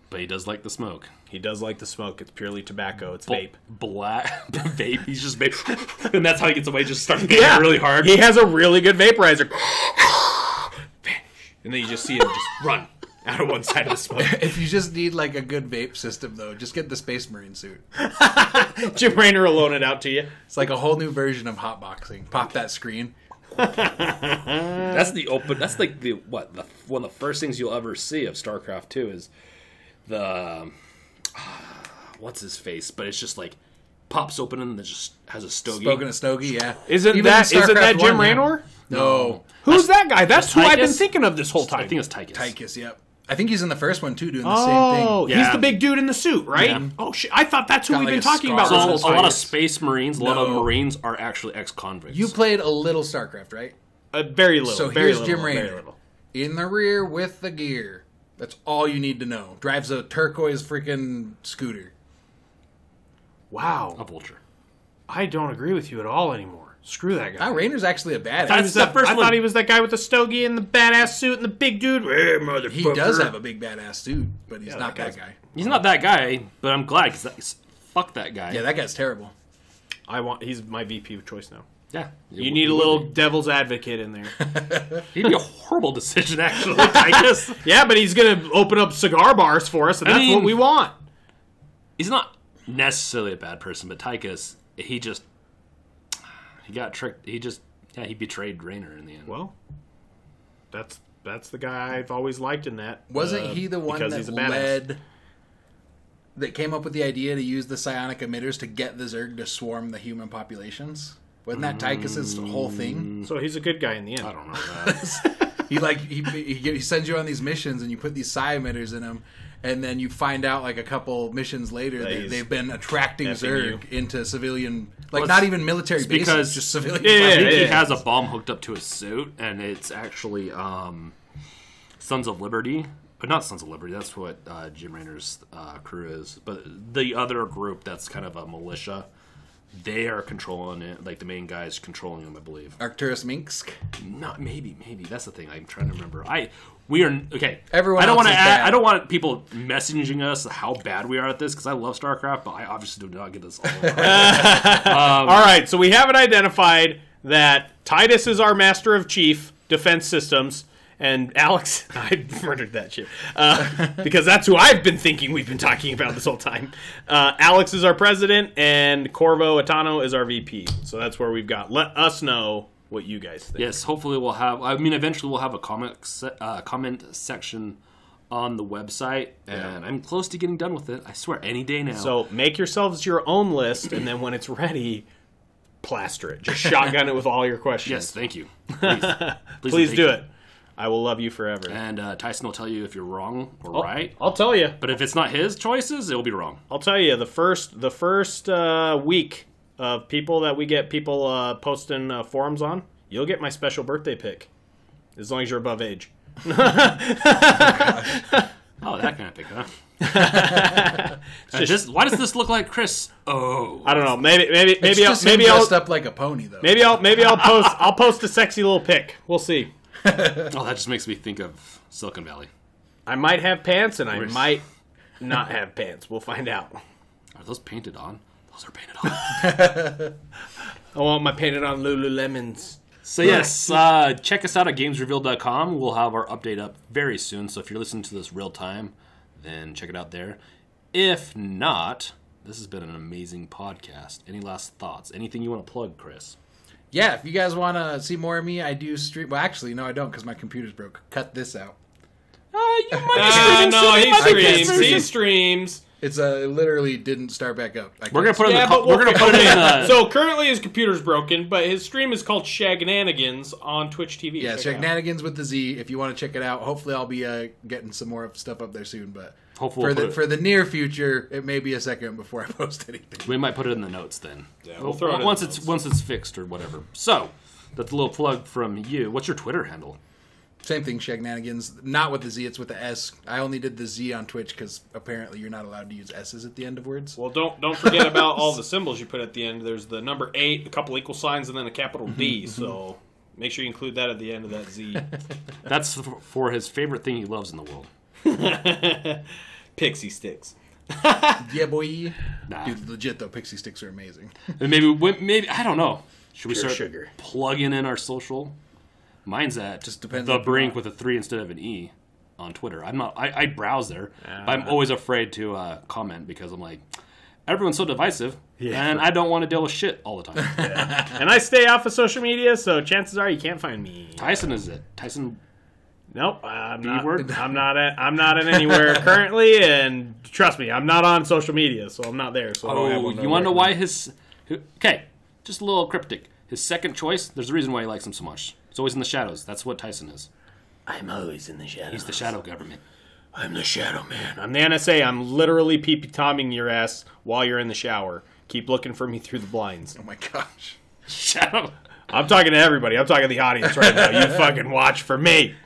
[SPEAKER 1] but he does like the smoke.
[SPEAKER 2] He does like the smoke. It's purely tobacco. It's vape.
[SPEAKER 1] Black *laughs* vape. He's just vape, *laughs* and that's how he gets away. Just starting getting
[SPEAKER 2] *laughs* Yeah.
[SPEAKER 1] really hard.
[SPEAKER 2] He has a really good vaporizer. *laughs* Vanish. And then you just see him just *laughs* run out of one side of the smoke. *laughs*
[SPEAKER 3] If you just need like a good vape system, though, just get the Space Marine suit.
[SPEAKER 2] Jim Raynor will loan it out to you.
[SPEAKER 3] It's like a whole new version of hotboxing. Pop that screen.
[SPEAKER 1] That's the open. That's like the what the one of the first things you'll ever see of StarCraft Two is the um, *sighs* what's his face, but it's just like pops open and then just has a stogie.
[SPEAKER 3] Spoken of Stogie, yeah.
[SPEAKER 2] Isn't
[SPEAKER 3] Even
[SPEAKER 2] that
[SPEAKER 3] in
[SPEAKER 2] isn't that
[SPEAKER 3] StarCraft
[SPEAKER 2] Jim
[SPEAKER 3] one, yeah.
[SPEAKER 2] Raynor?
[SPEAKER 3] No,
[SPEAKER 2] Who's that guy? That's who I've been
[SPEAKER 1] Tychus?
[SPEAKER 2] thinking of this whole time.
[SPEAKER 1] I think it's Tychus.
[SPEAKER 3] Tychus, yep. I think he's in the first one too, doing the same thing.
[SPEAKER 2] oh, he's
[SPEAKER 1] Yeah.
[SPEAKER 2] the big dude in the suit, right?
[SPEAKER 1] Yeah.
[SPEAKER 2] Oh shit! I thought that's who
[SPEAKER 3] Got
[SPEAKER 2] we've
[SPEAKER 3] like
[SPEAKER 2] been
[SPEAKER 3] a
[SPEAKER 2] talking
[SPEAKER 3] scar
[SPEAKER 2] about.
[SPEAKER 1] So a
[SPEAKER 2] This
[SPEAKER 3] on
[SPEAKER 2] whole
[SPEAKER 3] his
[SPEAKER 2] time.
[SPEAKER 1] lot of space marines, a lot of
[SPEAKER 3] No.
[SPEAKER 1] marines are actually ex-convicts.
[SPEAKER 3] You played a little StarCraft, right?
[SPEAKER 2] Uh, very little.
[SPEAKER 3] So
[SPEAKER 2] very
[SPEAKER 3] here's
[SPEAKER 2] little,
[SPEAKER 3] Jim
[SPEAKER 2] very
[SPEAKER 3] Raynor.
[SPEAKER 2] little.
[SPEAKER 3] In the rear with the gear. That's all you need to know. Drives a turquoise freaking scooter.
[SPEAKER 1] a
[SPEAKER 2] Wow,
[SPEAKER 1] vulture.
[SPEAKER 2] I don't agree with you at all anymore. Screw that guy.
[SPEAKER 3] Now Ah, Rainer's actually a
[SPEAKER 2] I,
[SPEAKER 3] badass.
[SPEAKER 1] That's- the
[SPEAKER 2] that-
[SPEAKER 1] first
[SPEAKER 2] I
[SPEAKER 1] one.
[SPEAKER 2] thought he was that guy with the stogie and the badass suit and the big dude. Hey, motherfucker.
[SPEAKER 3] He does have a big badass suit, but he's not that guy.
[SPEAKER 1] He's not that guy, but I'm glad because fuck that guy.
[SPEAKER 3] Yeah, that guy's terrible.
[SPEAKER 2] I want. He's my VP of choice now.
[SPEAKER 1] yeah.
[SPEAKER 2] You need a little devil's advocate *laughs* in there.
[SPEAKER 1] He'd be a horrible decision, actually. Tychus.
[SPEAKER 2] *laughs* yeah, but he's gonna open up cigar bars for us, and
[SPEAKER 1] I
[SPEAKER 2] that's what
[SPEAKER 1] mean-
[SPEAKER 2] we want.
[SPEAKER 1] He's not necessarily a bad person, but Tychus, he just he got tricked. He just yeah, he betrayed Rayner in the end.
[SPEAKER 2] Well, that's that's the guy I've always liked in that.
[SPEAKER 3] Wasn't
[SPEAKER 2] uh,
[SPEAKER 3] he the one
[SPEAKER 2] because
[SPEAKER 3] that
[SPEAKER 2] he's a badass.
[SPEAKER 3] led that came up with the idea to use the psionic emitters to get the Zerg to swarm the human populations? Wasn't that Tychus's whole thing?
[SPEAKER 2] So he's a good guy in the end.
[SPEAKER 1] I don't know. That.
[SPEAKER 2] Mm.
[SPEAKER 3] He like he, he get- he sends you on these missions and you put these psi emitters in them, and then you find out like a couple missions later that,
[SPEAKER 2] he's
[SPEAKER 3] they've been attracting
[SPEAKER 2] effing
[SPEAKER 3] Zerg into civilian like
[SPEAKER 1] Well,
[SPEAKER 3] not
[SPEAKER 1] it's-
[SPEAKER 3] even military bases,
[SPEAKER 1] because-
[SPEAKER 3] just civilian.
[SPEAKER 2] Yeah,
[SPEAKER 1] I
[SPEAKER 3] populations.
[SPEAKER 1] think
[SPEAKER 2] yeah,
[SPEAKER 1] he
[SPEAKER 2] yeah.
[SPEAKER 1] has a bomb hooked up to his suit, and it's actually um, Sons of Liberty, but not Sons of Liberty. That's what uh, Jim Raynor's uh, crew is. But the other group that's kind of a militia, they are controlling it. Like the main guy's controlling them, I believe.
[SPEAKER 3] Arcturus Minsk.
[SPEAKER 1] Not maybe, maybe that's the thing. I'm trying to remember. I we are okay.
[SPEAKER 3] Everyone
[SPEAKER 1] I don't
[SPEAKER 3] else
[SPEAKER 1] want to.
[SPEAKER 3] is
[SPEAKER 1] Add,
[SPEAKER 3] bad.
[SPEAKER 1] I don't want people messaging us how bad we are at this because I love StarCraft, but I obviously do not get this. All
[SPEAKER 3] *laughs*
[SPEAKER 1] right.
[SPEAKER 2] All right, so we haven't identified that Titus is our master of chief defense systems. And Alex, *laughs* I murdered that shit uh, because that's who I've been thinking we've been talking about this whole time. Uh, Alex is our president, and Corvo Atano is our VP. So that's where we've got. Let us know what you guys think.
[SPEAKER 1] yes, hopefully we'll have. I mean, eventually we'll have a comment se- uh, comment section on the website, and I'm close to getting done with it. I swear, any day now.
[SPEAKER 2] So make yourselves your own list, and then when it's ready, plaster it. Just shotgun it with all your questions.
[SPEAKER 1] yes, thank
[SPEAKER 2] *laughs*
[SPEAKER 1] you. Please, Please,
[SPEAKER 2] Please
[SPEAKER 1] thank
[SPEAKER 2] do
[SPEAKER 1] you.
[SPEAKER 2] it. I will love you forever.
[SPEAKER 1] And uh, Tyson will tell you if you're wrong or
[SPEAKER 2] Oh.
[SPEAKER 1] right.
[SPEAKER 2] I'll tell you.
[SPEAKER 1] But if it's not his choices, it'll be wrong.
[SPEAKER 2] I'll tell you the first the first uh, week of people that we get people uh, posting uh, forums on, you'll get my special birthday pick, as long as you're above age.
[SPEAKER 1] Oh, that kind of pick, huh?
[SPEAKER 2] *laughs*
[SPEAKER 1] Uh, this- why does this look like Chris? Oh,
[SPEAKER 2] I don't know. Maybe maybe
[SPEAKER 3] It's
[SPEAKER 2] maybe I'll,
[SPEAKER 3] just him
[SPEAKER 2] maybe I'll
[SPEAKER 3] dressed up like a pony though.
[SPEAKER 2] maybe I'll maybe I'll post I'll post a sexy little pic. We'll see.
[SPEAKER 1] oh, that just makes me think of Silicon Valley.
[SPEAKER 2] I might have pants and I might not have pants. We'll find out.
[SPEAKER 1] Are those painted on? Those are painted on.
[SPEAKER 2] I want my painted on Lululemons.
[SPEAKER 1] So yes, uh, check us out at gamesrevealed.com. We'll have our update up very soon. So if you're listening to this real time, then check it out there. If not, this has been an amazing podcast. Any last thoughts? Anything you want to plug, Chris?
[SPEAKER 3] Yeah, if you guys want to see more of me, I do stream. Well, actually, no, I don't because my computer's broke. Cut this out.
[SPEAKER 2] Ah, no, he streams.
[SPEAKER 3] streams.
[SPEAKER 2] He streams.
[SPEAKER 3] It's uh, it literally didn't start back up. I
[SPEAKER 1] We're gonna
[SPEAKER 3] can't-
[SPEAKER 1] put it
[SPEAKER 2] Yeah,
[SPEAKER 1] in the.
[SPEAKER 2] but
[SPEAKER 1] Co- we're gonna put it in. Uh,
[SPEAKER 2] *laughs* so currently his computer's broken, but his stream is called Shagnanigans on Twitch TV.
[SPEAKER 3] yeah,
[SPEAKER 2] Check
[SPEAKER 3] check
[SPEAKER 2] it out.
[SPEAKER 3] Nanigans with the Z if you want to check it out. Hopefully, I'll be uh, getting some more stuff up there soon. But
[SPEAKER 1] Hopefully
[SPEAKER 3] for
[SPEAKER 1] we'll put
[SPEAKER 3] the
[SPEAKER 1] it-
[SPEAKER 3] for the near future, it may be a second before *laughs* I post anything.
[SPEAKER 1] we might put it in the notes then.
[SPEAKER 2] we'll throw it in
[SPEAKER 1] once
[SPEAKER 2] the
[SPEAKER 1] it's once it's fixed or whatever. So that's a little plug from you. What's your Twitter handle?
[SPEAKER 3] Same thing, Shagnanigans. Not with the Z, it's with the S. I only did the Z on Twitch because apparently you're not allowed to use S's at the end of words.
[SPEAKER 2] Well, don't don't forget about all the symbols you put at the end. There's the number eight, a couple equal signs, and then a
[SPEAKER 1] *laughs*
[SPEAKER 2] capital D. So make sure you include that at the end of that Z.
[SPEAKER 1] That's for, for his favorite thing he loves in the world.
[SPEAKER 2] Pixie sticks.
[SPEAKER 3] yeah, boy.
[SPEAKER 1] Nah.
[SPEAKER 3] Dude, legit though, pixie sticks are amazing.
[SPEAKER 1] And maybe we- maybe I don't know. Should we
[SPEAKER 3] Pure
[SPEAKER 1] start
[SPEAKER 3] sugar.
[SPEAKER 1] plugging in our social? Mine's at just
[SPEAKER 3] depends
[SPEAKER 1] the
[SPEAKER 3] on-
[SPEAKER 1] brink with a three instead of an e on Twitter. I'm not. I, I browse there. but I'm always afraid to uh, comment because I'm like, everyone's so divisive, and I don't want to deal with shit all the
[SPEAKER 3] *laughs*
[SPEAKER 1] time.
[SPEAKER 2] And I stay off of social media, so chances are you can't find me.
[SPEAKER 1] Tyson is it? Tyson
[SPEAKER 2] Nope, I'm not.
[SPEAKER 1] word?
[SPEAKER 2] I'm not. At, I'm not
[SPEAKER 1] *laughs*
[SPEAKER 2] in anywhere currently, and trust me, I'm not on social media, so I'm not there. So I don't have
[SPEAKER 1] Oh,
[SPEAKER 2] one to
[SPEAKER 1] you want to know
[SPEAKER 2] recommend.
[SPEAKER 1] why his? who- Okay, just a little cryptic. His second choice. There's a reason why he likes him so much. It's always in the shadows. That's what Tyson is.
[SPEAKER 2] I'm always in the shadows.
[SPEAKER 1] He's the shadow government. *laughs*
[SPEAKER 2] I'm the shadow man. I'm the NSA. I'm literally peepee tomming your ass while you're in the shower. Keep looking for me through the blinds.
[SPEAKER 3] Oh my *laughs* gosh.
[SPEAKER 1] Shadow.
[SPEAKER 2] I'm talking to everybody. I'm talking to the audience right now. *laughs* You fucking watch for me.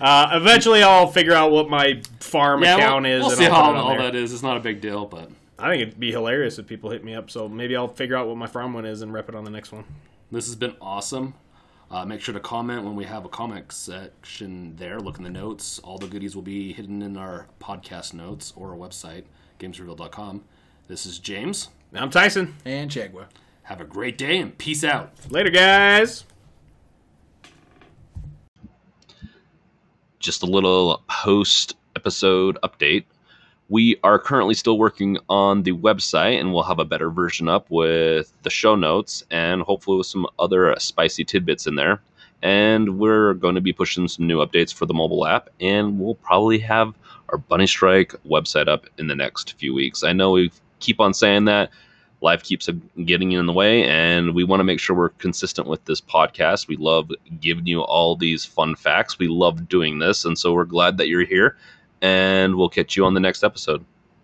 [SPEAKER 2] uh, eventually, I'll figure out what my farm
[SPEAKER 1] Yeah,
[SPEAKER 2] account
[SPEAKER 1] we'll,
[SPEAKER 2] is.
[SPEAKER 1] we'll
[SPEAKER 2] and
[SPEAKER 1] see
[SPEAKER 2] I'll
[SPEAKER 1] how
[SPEAKER 2] put it on
[SPEAKER 1] all
[SPEAKER 2] there.
[SPEAKER 1] that is. It's not a big deal, but
[SPEAKER 2] I think it'd be hilarious if people hit me up. So maybe I'll figure out what my farm one is and rep it on the next one.
[SPEAKER 1] this has been awesome. Uh, make sure to comment when we have a comment section there. Look in the notes. All the goodies will be hidden in our podcast notes or our website, gamesreveal.com. This is James.
[SPEAKER 2] I'm Tyson.
[SPEAKER 3] And Chagwa.
[SPEAKER 1] Have a great day and peace out.
[SPEAKER 2] Later, guys.
[SPEAKER 5] just a little post episode update. We are currently still working on the website and we'll have a better version up with the show notes and hopefully with some other spicy tidbits in there. And we're going to be pushing some new updates for the mobile app and we'll probably have our Bunny Strike website up in the next few weeks. I know we keep on saying that. Life keeps getting in the way, and we want to make sure we're consistent with this podcast. We love giving you all these fun facts. We love doing this, and so we're glad that you're here, and we'll catch you on the next episode.